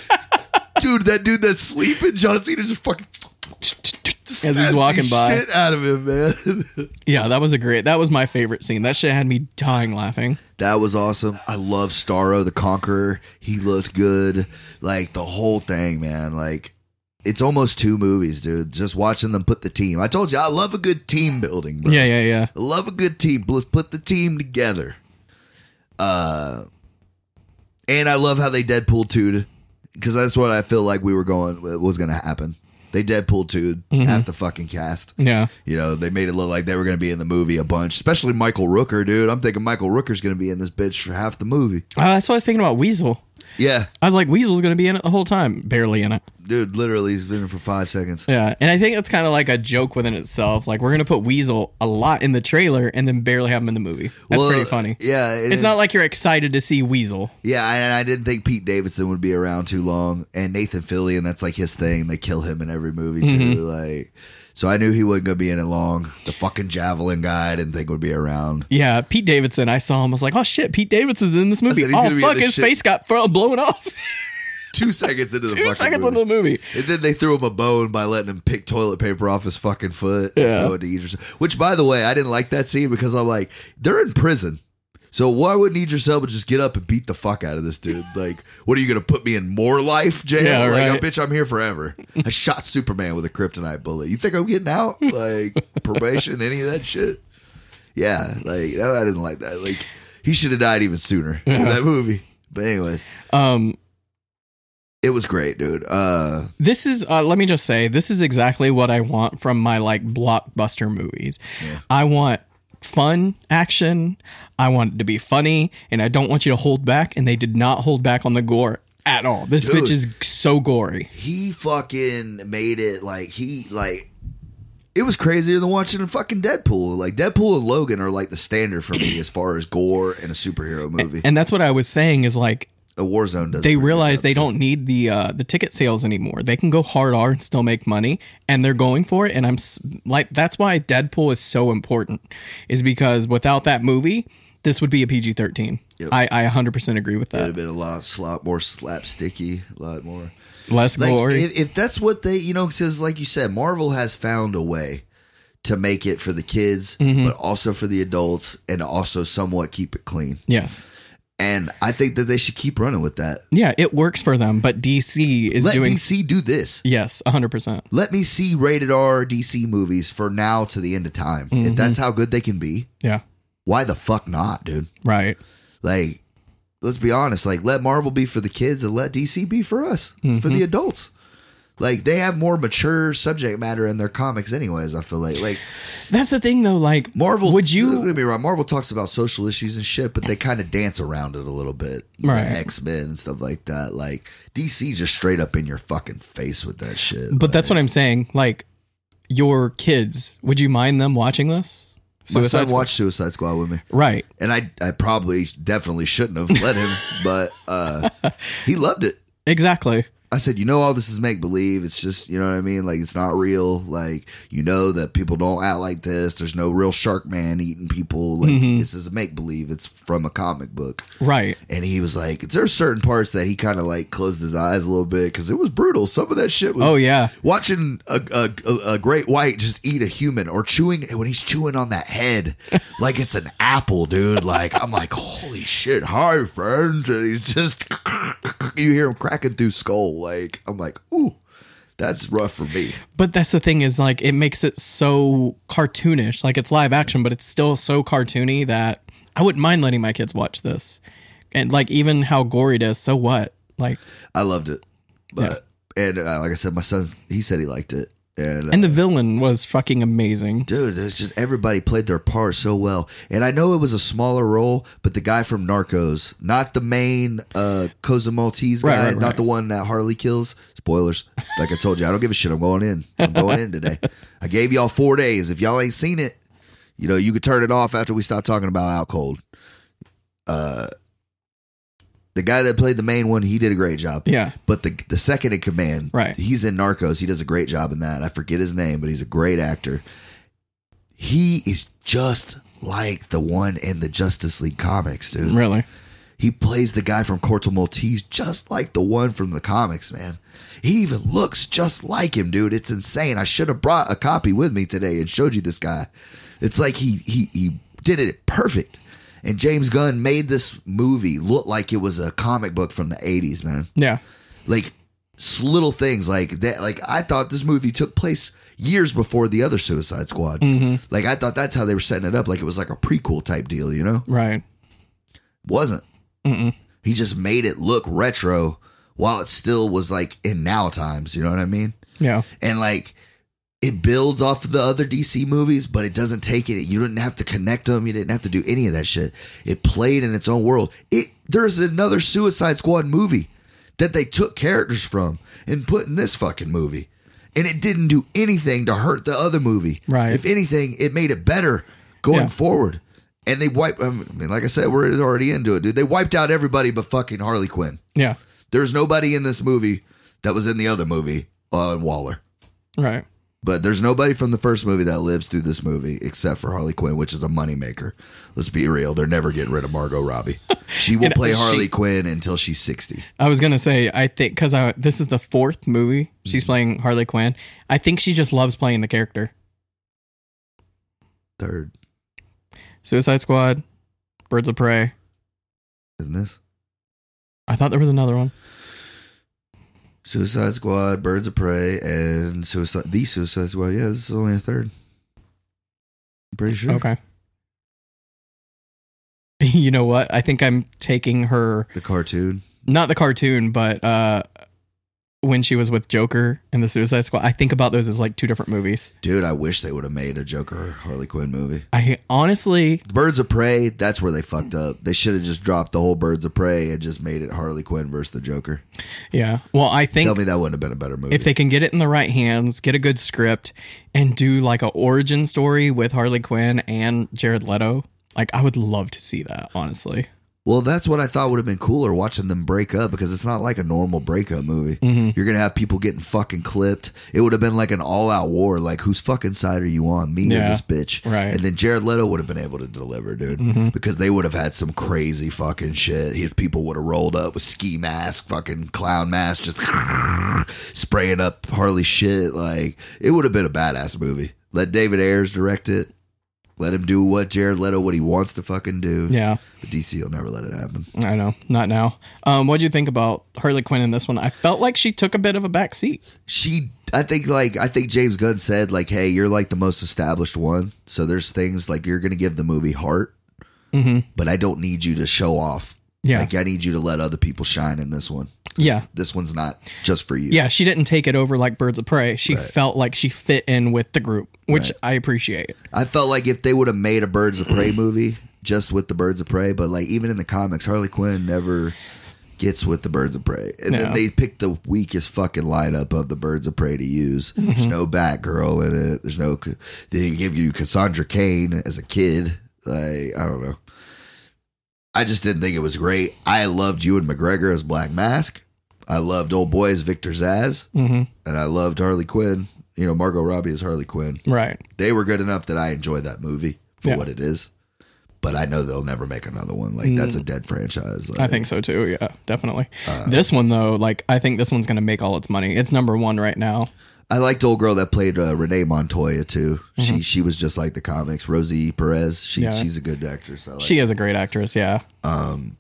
[SPEAKER 3] dude, that dude that's sleeping, John Cena just fucking
[SPEAKER 2] As he's
[SPEAKER 3] snaps the
[SPEAKER 2] walking by.
[SPEAKER 3] shit out of him, man.
[SPEAKER 2] Yeah, that was a great. That was my favorite scene. That shit had me dying laughing.
[SPEAKER 3] that was awesome. I love Starro the Conqueror. He looked good. Like the whole thing, man. Like it's almost two movies, dude. Just watching them put the team. I told you I love a good team building, bro.
[SPEAKER 2] Yeah, yeah, yeah.
[SPEAKER 3] I love a good team. Let's put the team together. Uh, and I love how they Deadpool 2 because that's what I feel like we were going was going to happen. They Deadpool 2
[SPEAKER 2] Mm-hmm.
[SPEAKER 3] half the fucking cast.
[SPEAKER 2] Yeah.
[SPEAKER 3] You know, they made it look like they were going to be in the movie a bunch, especially Michael Rooker, dude. I'm thinking Michael Rooker's going to be in this bitch for half the movie.
[SPEAKER 2] Uh, that's what I was thinking about Weasel.
[SPEAKER 3] Yeah,
[SPEAKER 2] I was like, Weasel's going to be in it the whole time. Barely in it.
[SPEAKER 3] dude, literally, he's been in for five seconds.
[SPEAKER 2] Yeah. And I think that's kind of like a joke within itself. Like, we're going to put Weasel a lot in the trailer and then barely have him in the movie. That's
[SPEAKER 3] Well,
[SPEAKER 2] pretty funny.
[SPEAKER 3] Yeah, it
[SPEAKER 2] It's
[SPEAKER 3] is.
[SPEAKER 2] not like you're excited to see Weasel.
[SPEAKER 3] Yeah, I- and I didn't think Pete Davidson would be around too long. And Nathan Fillion, that's like his thing. They kill him in every movie too.
[SPEAKER 2] Mm-hmm.
[SPEAKER 3] Like, so I knew he wasn't gonna be in it long. The fucking javelin guy, I didn't think would be around.
[SPEAKER 2] Yeah. Pete Davidson, I saw him. I was like, oh shit, Pete Davidson's in this movie.
[SPEAKER 3] said, he's gonna
[SPEAKER 2] oh
[SPEAKER 3] be in
[SPEAKER 2] fuck,
[SPEAKER 3] this
[SPEAKER 2] his
[SPEAKER 3] shit.
[SPEAKER 2] face got fro- blown off.
[SPEAKER 3] Two seconds into the
[SPEAKER 2] Two
[SPEAKER 3] fucking
[SPEAKER 2] seconds
[SPEAKER 3] movie.
[SPEAKER 2] into the movie.
[SPEAKER 3] and then they threw him a bone by letting him pick toilet paper off his fucking foot. and
[SPEAKER 2] Yeah.
[SPEAKER 3] go into Idris. Which, by the way, I didn't like that scene because I'm like, they're in prison. So why wouldn't Idris Elba just get up and beat the fuck out of this dude? Like, what are you gonna put me in more life jail?
[SPEAKER 2] Yeah,
[SPEAKER 3] like,
[SPEAKER 2] right.
[SPEAKER 3] bitch, I'm here forever. I shot Superman with a kryptonite bullet. You think I'm getting out? Like probation, any of that shit? Yeah, like I didn't like that. Like he should have died even sooner in that movie. But anyways,
[SPEAKER 2] Um,
[SPEAKER 3] it was great, dude. Uh,
[SPEAKER 2] this is uh, let me just say this is exactly what i want from my like blockbuster movies
[SPEAKER 3] Yeah.
[SPEAKER 2] i want fun action i want it to be funny and i don't want you to hold back and they did not hold back on the gore at all this
[SPEAKER 3] Dude.
[SPEAKER 2] bitch is so gory
[SPEAKER 3] he fucking made it like he like it was crazier than watching fucking Deadpool. Like Deadpool and Logan are like the standard for me as far as gore in a superhero movie.
[SPEAKER 2] and that's what i was saying is like
[SPEAKER 3] A Warzone does.
[SPEAKER 2] they realize they don't need the uh, the ticket sales anymore. They can go hard R and still make money, and they're going for it. And I'm s- like, that's why Deadpool is so important, is because without that movie, this would be a PG thirteen. I I 100% agree with
[SPEAKER 3] It would
[SPEAKER 2] that.
[SPEAKER 3] have been a lot slop more slapsticky, a lot more.
[SPEAKER 2] Less
[SPEAKER 3] Like
[SPEAKER 2] glory.
[SPEAKER 3] if, if that's what they, you know, because like you said, Marvel has found a way to make it for the kids,
[SPEAKER 2] Mm-hmm.
[SPEAKER 3] but also for the adults, and also somewhat keep it clean.
[SPEAKER 2] yes.
[SPEAKER 3] And I think that they should keep running with that.
[SPEAKER 2] Yeah, it works for them, but DC is
[SPEAKER 3] Let
[SPEAKER 2] doing
[SPEAKER 3] DC do this.
[SPEAKER 2] yes, 100%.
[SPEAKER 3] let me see rated R DC movies for now to the end of time.
[SPEAKER 2] Mm-hmm.
[SPEAKER 3] If that's how good they can be,
[SPEAKER 2] Yeah.
[SPEAKER 3] why the fuck not, dude?
[SPEAKER 2] Right.
[SPEAKER 3] Like, let's be honest. Like, let Marvel be for the kids and let DC be for us, for
[SPEAKER 2] Mm-hmm.
[SPEAKER 3] the adults. Like, they have more mature subject matter in their comics, anyways. I feel like, like
[SPEAKER 2] That's the thing though, like
[SPEAKER 3] Marvel.
[SPEAKER 2] Would you-
[SPEAKER 3] Don't get me wrong. Marvel talks about social issues and shit, but they kind of dance around it a little bit.
[SPEAKER 2] Right.
[SPEAKER 3] X Men and stuff like that. Like DC, just straight up in your fucking face with that shit.
[SPEAKER 2] But that's what I'm saying, like your kids, would you mind them watching this?
[SPEAKER 3] my son
[SPEAKER 2] Suicide Squad-
[SPEAKER 3] watched Suicide Squad with me.
[SPEAKER 2] Right.
[SPEAKER 3] and I I probably definitely shouldn't have let him, but uh, he loved it.
[SPEAKER 2] Exactly.
[SPEAKER 3] I said, you know, all this is make believe. It's just, you know what I mean? Like, it's not real. Like, you know that people don't act like this. There's no real shark man eating people. Like, this is make believe. It's from a comic book.
[SPEAKER 2] Right.
[SPEAKER 3] And he was like, there's certain parts that he kind of like closed his eyes a little bit because it was brutal. Some of that shit was.
[SPEAKER 2] Oh yeah.
[SPEAKER 3] Watching a, a, a- a great white just eat a human or chewing when he's chewing on that head like it's an apple, dude. Like I'm like, holy shit, hi friends, and he's just you hear him cracking through skull. Like I'm like, ooh, that's rough for me.
[SPEAKER 2] But that's the thing is like it makes it so cartoonish. Like it's live action, but it's still so cartoony that I wouldn't mind letting my kids watch this. And like even how gory it is, so what? Like
[SPEAKER 3] I loved it, but and uh, like I said, my son he said he liked it, and uh,
[SPEAKER 2] and the villain was fucking amazing.
[SPEAKER 3] Dude, it's just everybody played their part so well. And I know it was a smaller role, but the guy from Narcos, not the main uh Cosa Maltese guy,
[SPEAKER 2] Right, right,
[SPEAKER 3] not
[SPEAKER 2] right.
[SPEAKER 3] the one that Harley kills. Spoilers. Like I told you, I don't give a shit. I'm going in. I'm going in today. I gave y'all four days. If y'all ain't seen it, you know, you could turn it off after we stop talking about out cold. Uh the guy that played the main one, he did a great job.
[SPEAKER 2] Yeah.
[SPEAKER 3] But the the second in command,
[SPEAKER 2] Right.
[SPEAKER 3] He's in Narcos. He does a great job in that. I forget his name, but he's a great actor. He is just like the one in the Justice League comics, dude.
[SPEAKER 2] Really.
[SPEAKER 3] He plays the guy from Corto Maltese just like the one from the comics, man. He even looks just like him, dude. It's insane. I should have brought a copy with me today and showed you this guy. It's like he he he did it perfect. And James Gunn made this movie look like it was a comic book from the 80s, man
[SPEAKER 2] Yeah.
[SPEAKER 3] like s- little things like that like i thought this movie took place years before the other suicide squad like i thought that's how they were setting it up like it was like a prequel type deal you know
[SPEAKER 2] Right.
[SPEAKER 3] wasn't he just made it look retro while it still was like in now times you know what i mean
[SPEAKER 2] Yeah.
[SPEAKER 3] and like it builds off of the other DC movies, but it doesn't take it. You didn't have to connect them. You didn't have to do any of that shit. It played in its own world. It there's another Suicide Squad movie that they took characters from and put in this fucking movie, and it didn't do anything to hurt the other movie.
[SPEAKER 2] Right.
[SPEAKER 3] If anything, it made it better going
[SPEAKER 2] Yeah.
[SPEAKER 3] forward. And they wiped. I mean, like I said, we're already into it, dude. They wiped out everybody but fucking Harley Quinn.
[SPEAKER 2] Yeah.
[SPEAKER 3] There's nobody in this movie that was in the other movie on Waller.
[SPEAKER 2] Right.
[SPEAKER 3] But there's nobody from the first movie that lives through this movie except for Harley Quinn, which is a moneymaker. Let's be real. They're never getting rid of Margot Robbie. She will
[SPEAKER 2] And uh,
[SPEAKER 3] play
[SPEAKER 2] she-
[SPEAKER 3] Harley Quinn until she's 60.
[SPEAKER 2] I was gonna say I think because I this is the fourth movie she's playing Harley Quinn. I think she just loves playing the character.
[SPEAKER 3] Third,
[SPEAKER 2] Suicide Squad, Birds of Prey.
[SPEAKER 3] isn't this?
[SPEAKER 2] I thought there was another one.
[SPEAKER 3] Suicide Squad, Birds of Prey, and Suicide The Suicide Squad. Yeah, this is only a third. I'm pretty sure.
[SPEAKER 2] Okay. You know what? I think I'm taking her
[SPEAKER 3] The cartoon.
[SPEAKER 2] not the cartoon, but uh when she was with Joker and the Suicide Squad. I think about those as like two different movies.
[SPEAKER 3] Dude, I wish they would have made a Joker Harley Quinn movie.
[SPEAKER 2] I honestly
[SPEAKER 3] Birds of Prey, that's where they fucked up. They should have just dropped the whole Birds of Prey and just made it Harley Quinn versus the Joker.
[SPEAKER 2] yeah. Well, I think
[SPEAKER 3] Tell me that wouldn't have been a better movie.
[SPEAKER 2] if they can get it in the right hands, get a good script, and do like a origin story with Harley Quinn and Jared Leto, like I would love to see that. Honestly,
[SPEAKER 3] Well, that's what I thought would have been cooler watching them break up because it's not like a normal breakup movie.
[SPEAKER 2] Mm-hmm.
[SPEAKER 3] You're gonna have people getting fucking clipped. It would have been like an all out war, like whose fucking side are you on, me
[SPEAKER 2] Yeah.
[SPEAKER 3] or this bitch?
[SPEAKER 2] Right. Mm-hmm.
[SPEAKER 3] And then Jared Leto would have been able to deliver, dude, because they would have had some crazy fucking shit. He, people would have rolled up with ski mask, fucking clown mask, just spraying up Harley shit. Like it would have been a badass movie. Let David Ayers direct it. Let him do what Jared Leto what he wants to fucking do.
[SPEAKER 2] yeah,
[SPEAKER 3] But DC will never let it happen.
[SPEAKER 2] I know, not now. Um, what do you think about Harley Quinn in this one? I felt like she took a bit of a back seat.
[SPEAKER 3] she I think like I think James Gunn said like hey you're like the most established one so there's things like you're gonna give the movie heart
[SPEAKER 2] Mhm.
[SPEAKER 3] but I don't need you to show off
[SPEAKER 2] Yeah,
[SPEAKER 3] like I need you to let other people shine in this one
[SPEAKER 2] yeah,
[SPEAKER 3] this one's not just for you
[SPEAKER 2] yeah. She didn't take it over like Birds of Prey. She felt like she fit in with the group, which I appreciate.
[SPEAKER 3] I felt like if they would have made a Birds of Prey movie just with the Birds of Prey but like even in the comics Harley Quinn never gets with the Birds of Prey and then
[SPEAKER 2] No.
[SPEAKER 3] they picked the weakest fucking lineup of the Birds of Prey to use there's no Batgirl in it there's no they give you Cassandra Kane as a kid like I don't know I just didn't think it was great. I loved Ewan McGregor as Black Mask. I loved old boy as Victor Zaz,
[SPEAKER 2] Mhm.
[SPEAKER 3] and I loved Harley Quinn. You know, Margot Robbie as Harley Quinn
[SPEAKER 2] Right.
[SPEAKER 3] they were good enough that I enjoy that movie for
[SPEAKER 2] Yeah.
[SPEAKER 3] what it is. But I know they'll never make another one. Like that's a dead franchise. Like,
[SPEAKER 2] Mm. I think so too. Yeah, definitely. this one though, like I think this one's gonna make all its money. It's number one right now.
[SPEAKER 3] I liked old girl that played uh, Renee Montoya too. She she was just like the comics. Rosie E. Perez. She
[SPEAKER 2] Mm-hmm. Yeah.
[SPEAKER 3] she's a good actress. I like.
[SPEAKER 2] She is a great actress. Yeah.
[SPEAKER 3] um,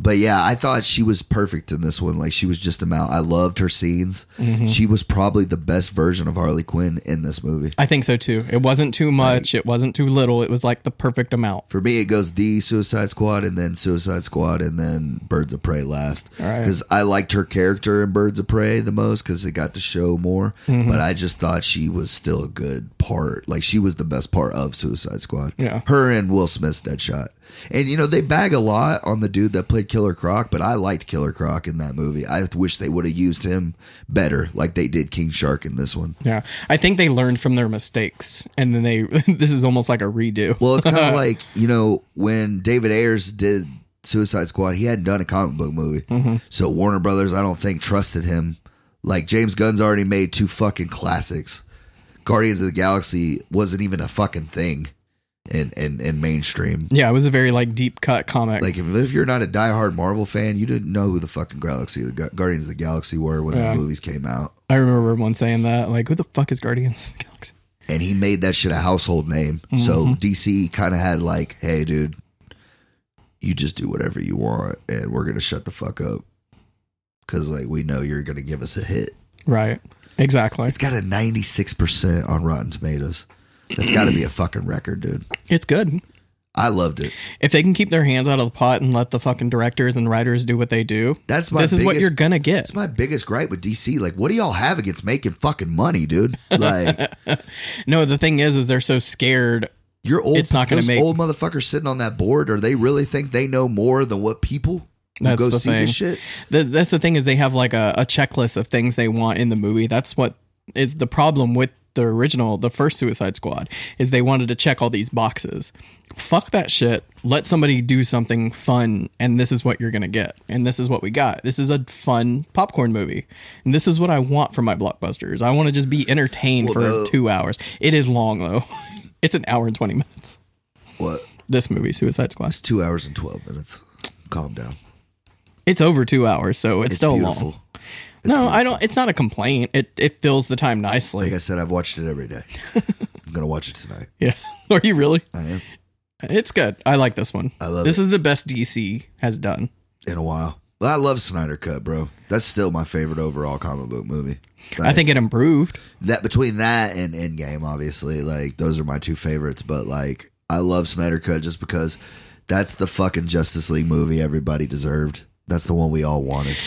[SPEAKER 3] but yeah, I thought she was perfect in this one. Like she was just a mal. I loved her scenes.
[SPEAKER 2] Mm-hmm.
[SPEAKER 3] She was probably the best version of Harley Quinn in this movie.
[SPEAKER 2] I think so too. It wasn't too much. It wasn't too little. It was like the perfect amount.
[SPEAKER 3] For me, it goes the Suicide Squad and then Suicide Squad and then Birds of Prey last.
[SPEAKER 2] All right.
[SPEAKER 3] Because I liked her character in Birds of Prey the most because it got to show more.
[SPEAKER 2] Mm-hmm.
[SPEAKER 3] But I just thought she was still a good part. Like she was the best part of Suicide Squad.
[SPEAKER 2] Yeah.
[SPEAKER 3] Her and Will Smith's Deadshot. And you know, they bag a lot on the dude that played Killer Croc, but I liked Killer Croc in that movie. I wish they would have used him better, like they did King Shark in this one.
[SPEAKER 2] Yeah. I think they learned from their mistakes and then they, this is almost like a redo.
[SPEAKER 3] Well, it's kind of like you know when David Ayers did Suicide Squad, he hadn't done a comic book movie, so Warner Brothers, I don't think, trusted him. Like James Gunn's already made two fucking classics. Guardians of the Galaxy wasn't even a fucking thing. and and and mainstream.
[SPEAKER 2] Yeah, it was a very like deep cut comic.
[SPEAKER 3] Like if, if you're not a diehard Marvel fan, you didn't know who the fucking Galaxy, the Gu- Guardians of the Galaxy were when
[SPEAKER 2] Yeah.
[SPEAKER 3] those movies came out,
[SPEAKER 2] I remember one saying that, like, who the fuck is Guardians of the Galaxy?
[SPEAKER 3] and he made that shit a household name. So
[SPEAKER 2] Mm-hmm.
[SPEAKER 3] DC kind of had like, hey, dude, you just do whatever you want, and we're gonna shut the fuck up because like we know you're gonna give us a hit.
[SPEAKER 2] Right. Exactly.
[SPEAKER 3] It's got a 96% on Rotten Tomatoes. That's got to be a fucking record, dude.
[SPEAKER 2] It's good.
[SPEAKER 3] I loved it.
[SPEAKER 2] If they can keep their hands out of the pot and let the fucking directors and writers do what they do,
[SPEAKER 3] That's my
[SPEAKER 2] this is
[SPEAKER 3] biggest,
[SPEAKER 2] what you're gonna get.
[SPEAKER 3] That's my biggest gripe with DC. Like, what do y'all have against making fucking money, dude? Like,
[SPEAKER 2] No, the thing is, is they're so scared.
[SPEAKER 3] your old
[SPEAKER 2] It's not gonna
[SPEAKER 3] those
[SPEAKER 2] make-
[SPEAKER 3] old motherfuckers sitting on that board. Or they really think they know more than what people who
[SPEAKER 2] That's
[SPEAKER 3] go
[SPEAKER 2] the
[SPEAKER 3] see this shit?
[SPEAKER 2] Th- that's the thing is they have like a, a checklist of things they want in the movie. That's what is the problem with the original, the first Suicide Squad, is they wanted to check all these boxes. Fuck that shit. Let somebody do something fun, and this is what you're gonna get. And this is what we got. This is a fun popcorn movie, and this is what I want from my blockbusters. I want to just be entertained for
[SPEAKER 3] no.
[SPEAKER 2] two hours. It is long though. it's an hour and twenty minutes.
[SPEAKER 3] What?
[SPEAKER 2] This movie, Suicide Squad.
[SPEAKER 3] It's two hours and twelve minutes. Calm down.
[SPEAKER 2] It's over two hours, so it's,
[SPEAKER 3] It's
[SPEAKER 2] still
[SPEAKER 3] beautiful.
[SPEAKER 2] long. no, I don't. It's not a complaint. It it fills the time nicely.
[SPEAKER 3] Like I said, I've watched it every day. I'm gonna watch it tonight.
[SPEAKER 2] Yeah. Are you really?
[SPEAKER 3] I am
[SPEAKER 2] It's good. I like this one.
[SPEAKER 3] I love
[SPEAKER 2] this is the best DC has done.
[SPEAKER 3] in a while. But I love Snyder Cut, bro. That's still my favorite overall comic book movie.
[SPEAKER 2] I think it improved.
[SPEAKER 3] that between that and Endgame, obviously, like those are my two favorites. But like, I love Snyder Cut just because that's the fucking Justice League movie everybody deserved. That's the one we all wanted.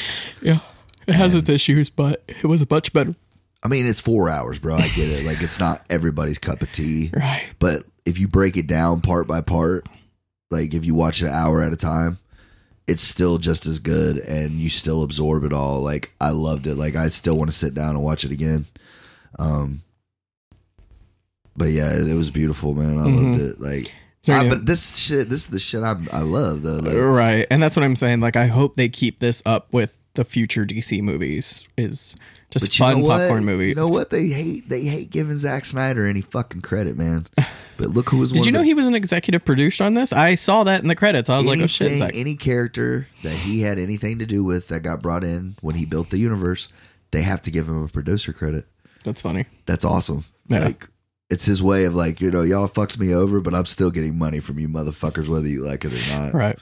[SPEAKER 2] Yeah. It has its issues, but it was much better.
[SPEAKER 3] I mean, it's four hours, bro. I get it. Like, it's not everybody's cup of tea.
[SPEAKER 2] Right.
[SPEAKER 3] But if you break it down part by part, like if you watch it an hour at a time, it's still just as good and you still absorb it all. Like I loved it. Like I still want to sit down and watch it again. Um but yeah, it, it was beautiful, man. I loved it. Like
[SPEAKER 2] Mm-hmm. So,
[SPEAKER 3] I-
[SPEAKER 2] yeah.
[SPEAKER 3] but this shit this is the shit I I love though. Like,
[SPEAKER 2] right. And that's what I'm saying. Like I hope they keep this up with the future DC movies is just
[SPEAKER 3] but you
[SPEAKER 2] fun
[SPEAKER 3] know what?
[SPEAKER 2] popcorn movie.
[SPEAKER 3] You know what? They hate they hate giving Zack Snyder any fucking credit, man. But look who was
[SPEAKER 2] Did
[SPEAKER 3] one
[SPEAKER 2] you
[SPEAKER 3] of
[SPEAKER 2] know
[SPEAKER 3] the-
[SPEAKER 2] he was an executive producer on this? I saw that in the credits. I was like, oh shit,
[SPEAKER 3] Anything-
[SPEAKER 2] Zach.
[SPEAKER 3] any character that he had anything to do with that got brought in when he built the universe, they have to give him a producer credit.
[SPEAKER 2] That's funny.
[SPEAKER 3] That's awesome.
[SPEAKER 2] Yeah.
[SPEAKER 3] Like it's his way of like, you know, y'all fucked me over, but I'm still getting money from you motherfuckers, whether you like it or not.
[SPEAKER 2] Right.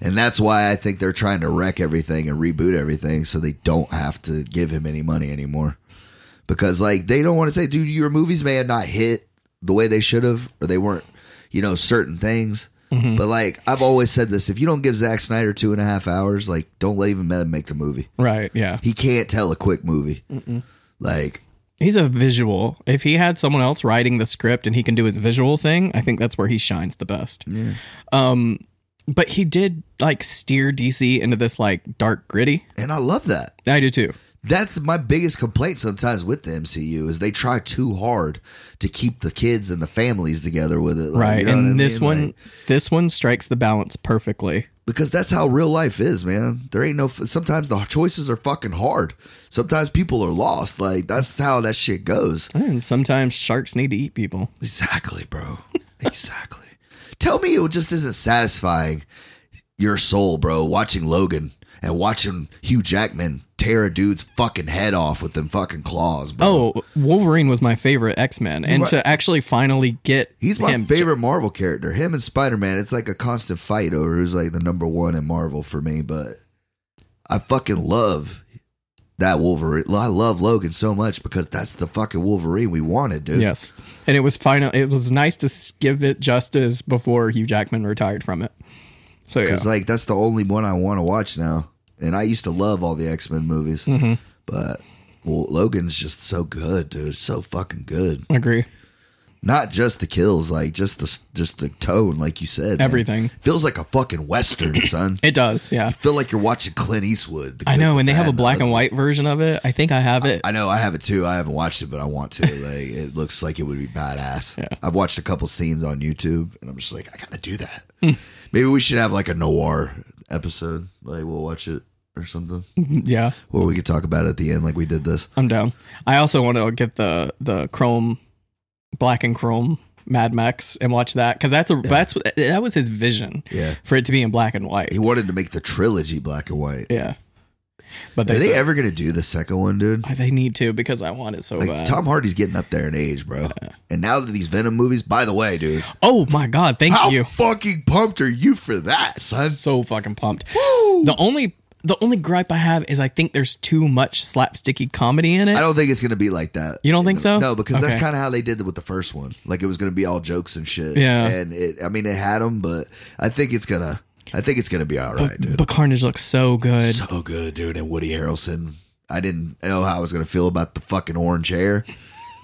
[SPEAKER 3] And that's why I think they're trying to wreck everything and reboot everything so they don't have to give him any money anymore. Because like they don't want to say, dude, your movies may have not hit the way they should have, or they weren't, you know, certain things.
[SPEAKER 2] Mm-hmm.
[SPEAKER 3] But like I've always said this, if you don't give Zack Snyder two and a half hours, like don't let even let him make the movie.
[SPEAKER 2] Right. Yeah.
[SPEAKER 3] He can't tell a quick movie. Like
[SPEAKER 2] He's a visual. If he had someone else writing the script and he can do his visual thing, I think that's where he shines the best.
[SPEAKER 3] Yeah.
[SPEAKER 2] Um, but he did like steer DC into this like dark gritty.
[SPEAKER 3] and I love that.
[SPEAKER 2] I do too.
[SPEAKER 3] That's my biggest complaint sometimes with the MCU is they try too hard to keep the kids and the families together with it. Like,
[SPEAKER 2] Right.
[SPEAKER 3] Oh, you know
[SPEAKER 2] and
[SPEAKER 3] what I
[SPEAKER 2] this
[SPEAKER 3] mean?
[SPEAKER 2] one
[SPEAKER 3] Like,
[SPEAKER 2] this one strikes the balance perfectly.
[SPEAKER 3] because that's how real life is, man. There ain't no. Sometimes the choices are fucking hard. Sometimes people are lost. Like that's how that shit goes.
[SPEAKER 2] And sometimes sharks need to eat people.
[SPEAKER 3] Exactly, bro. exactly. Tell me it just isn't satisfying your soul, bro, watching Logan and watching Hugh Jackman tear a dude's fucking head off with them fucking claws, bro.
[SPEAKER 2] Oh, Wolverine was my favorite X-Men and
[SPEAKER 3] Right.
[SPEAKER 2] to actually finally get
[SPEAKER 3] He's my
[SPEAKER 2] him-
[SPEAKER 3] favorite Marvel character. Him and Spider Man, it's like a constant fight over who's like the number one in Marvel for me, but I fucking love that Wolverine. I love Logan so much because that's the fucking Wolverine we wanted, dude.
[SPEAKER 2] Yes. And it was final it was nice to s- give it justice before Hugh Jackman retired from it. So yeah.
[SPEAKER 3] Because like that's the only one I want to watch now. And I used to love all the X Men movies,
[SPEAKER 2] Mm-hmm.
[SPEAKER 3] but well, Logan's just so good, dude. So fucking good.
[SPEAKER 2] Agree.
[SPEAKER 3] Not just the kills, like just the just the tone, like you said. man.
[SPEAKER 2] Everything.
[SPEAKER 3] feels like a fucking western, son.
[SPEAKER 2] It does, yeah.
[SPEAKER 3] feel like you're watching Clint Eastwood. The
[SPEAKER 2] I
[SPEAKER 3] Good,
[SPEAKER 2] know,
[SPEAKER 3] the
[SPEAKER 2] and they have
[SPEAKER 3] Bad,
[SPEAKER 2] a black
[SPEAKER 3] the
[SPEAKER 2] and white version of it. I think I have it.
[SPEAKER 3] Ugly. I know I have it too. I haven't watched it, but I want to. Like, it looks like it would be badass.
[SPEAKER 2] Yeah.
[SPEAKER 3] I've watched a couple scenes on YouTube, and I'm just like, I gotta do that. Maybe we should have like a noir episode. Like, we'll watch it or something,
[SPEAKER 2] yeah,
[SPEAKER 3] or we could talk about it at the end, like we did this.
[SPEAKER 2] I'm down. I also want to get the the chrome, black and chrome Mad Max and watch that because that's a that's what that was his vision
[SPEAKER 3] Yeah.
[SPEAKER 2] for it to be in black and white.
[SPEAKER 3] He wanted to make the trilogy black and white.
[SPEAKER 2] Yeah, but
[SPEAKER 3] Are
[SPEAKER 2] they,
[SPEAKER 3] they
[SPEAKER 2] said-
[SPEAKER 3] ever gonna do the second one, dude?
[SPEAKER 2] I- they need to because I want it so
[SPEAKER 3] Like
[SPEAKER 2] bad.
[SPEAKER 3] Tom Hardy's getting up there in age, bro. And now that these Venom movies, by the way, dude,
[SPEAKER 2] oh my god, thank
[SPEAKER 3] how
[SPEAKER 2] you.
[SPEAKER 3] fucking pumped are you for that, son?
[SPEAKER 2] So fucking pumped.
[SPEAKER 3] Woo!
[SPEAKER 2] The only the only gripe I have is I think there's too much slapsticky comedy in it.
[SPEAKER 3] I don't think it's gonna be like that.
[SPEAKER 2] You don't think so?
[SPEAKER 3] No, because that's
[SPEAKER 2] Okay.
[SPEAKER 3] kind of how they did it with the first one. Like it was gonna be all jokes and shit.
[SPEAKER 2] Yeah.
[SPEAKER 3] and it. I mean, it had them, but I think it's gonna. I think it's gonna be all right, dude.
[SPEAKER 2] but Carnage looks so good.
[SPEAKER 3] So good, dude. And Woody Harrelson. I didn't know how I was gonna feel about the fucking orange hair,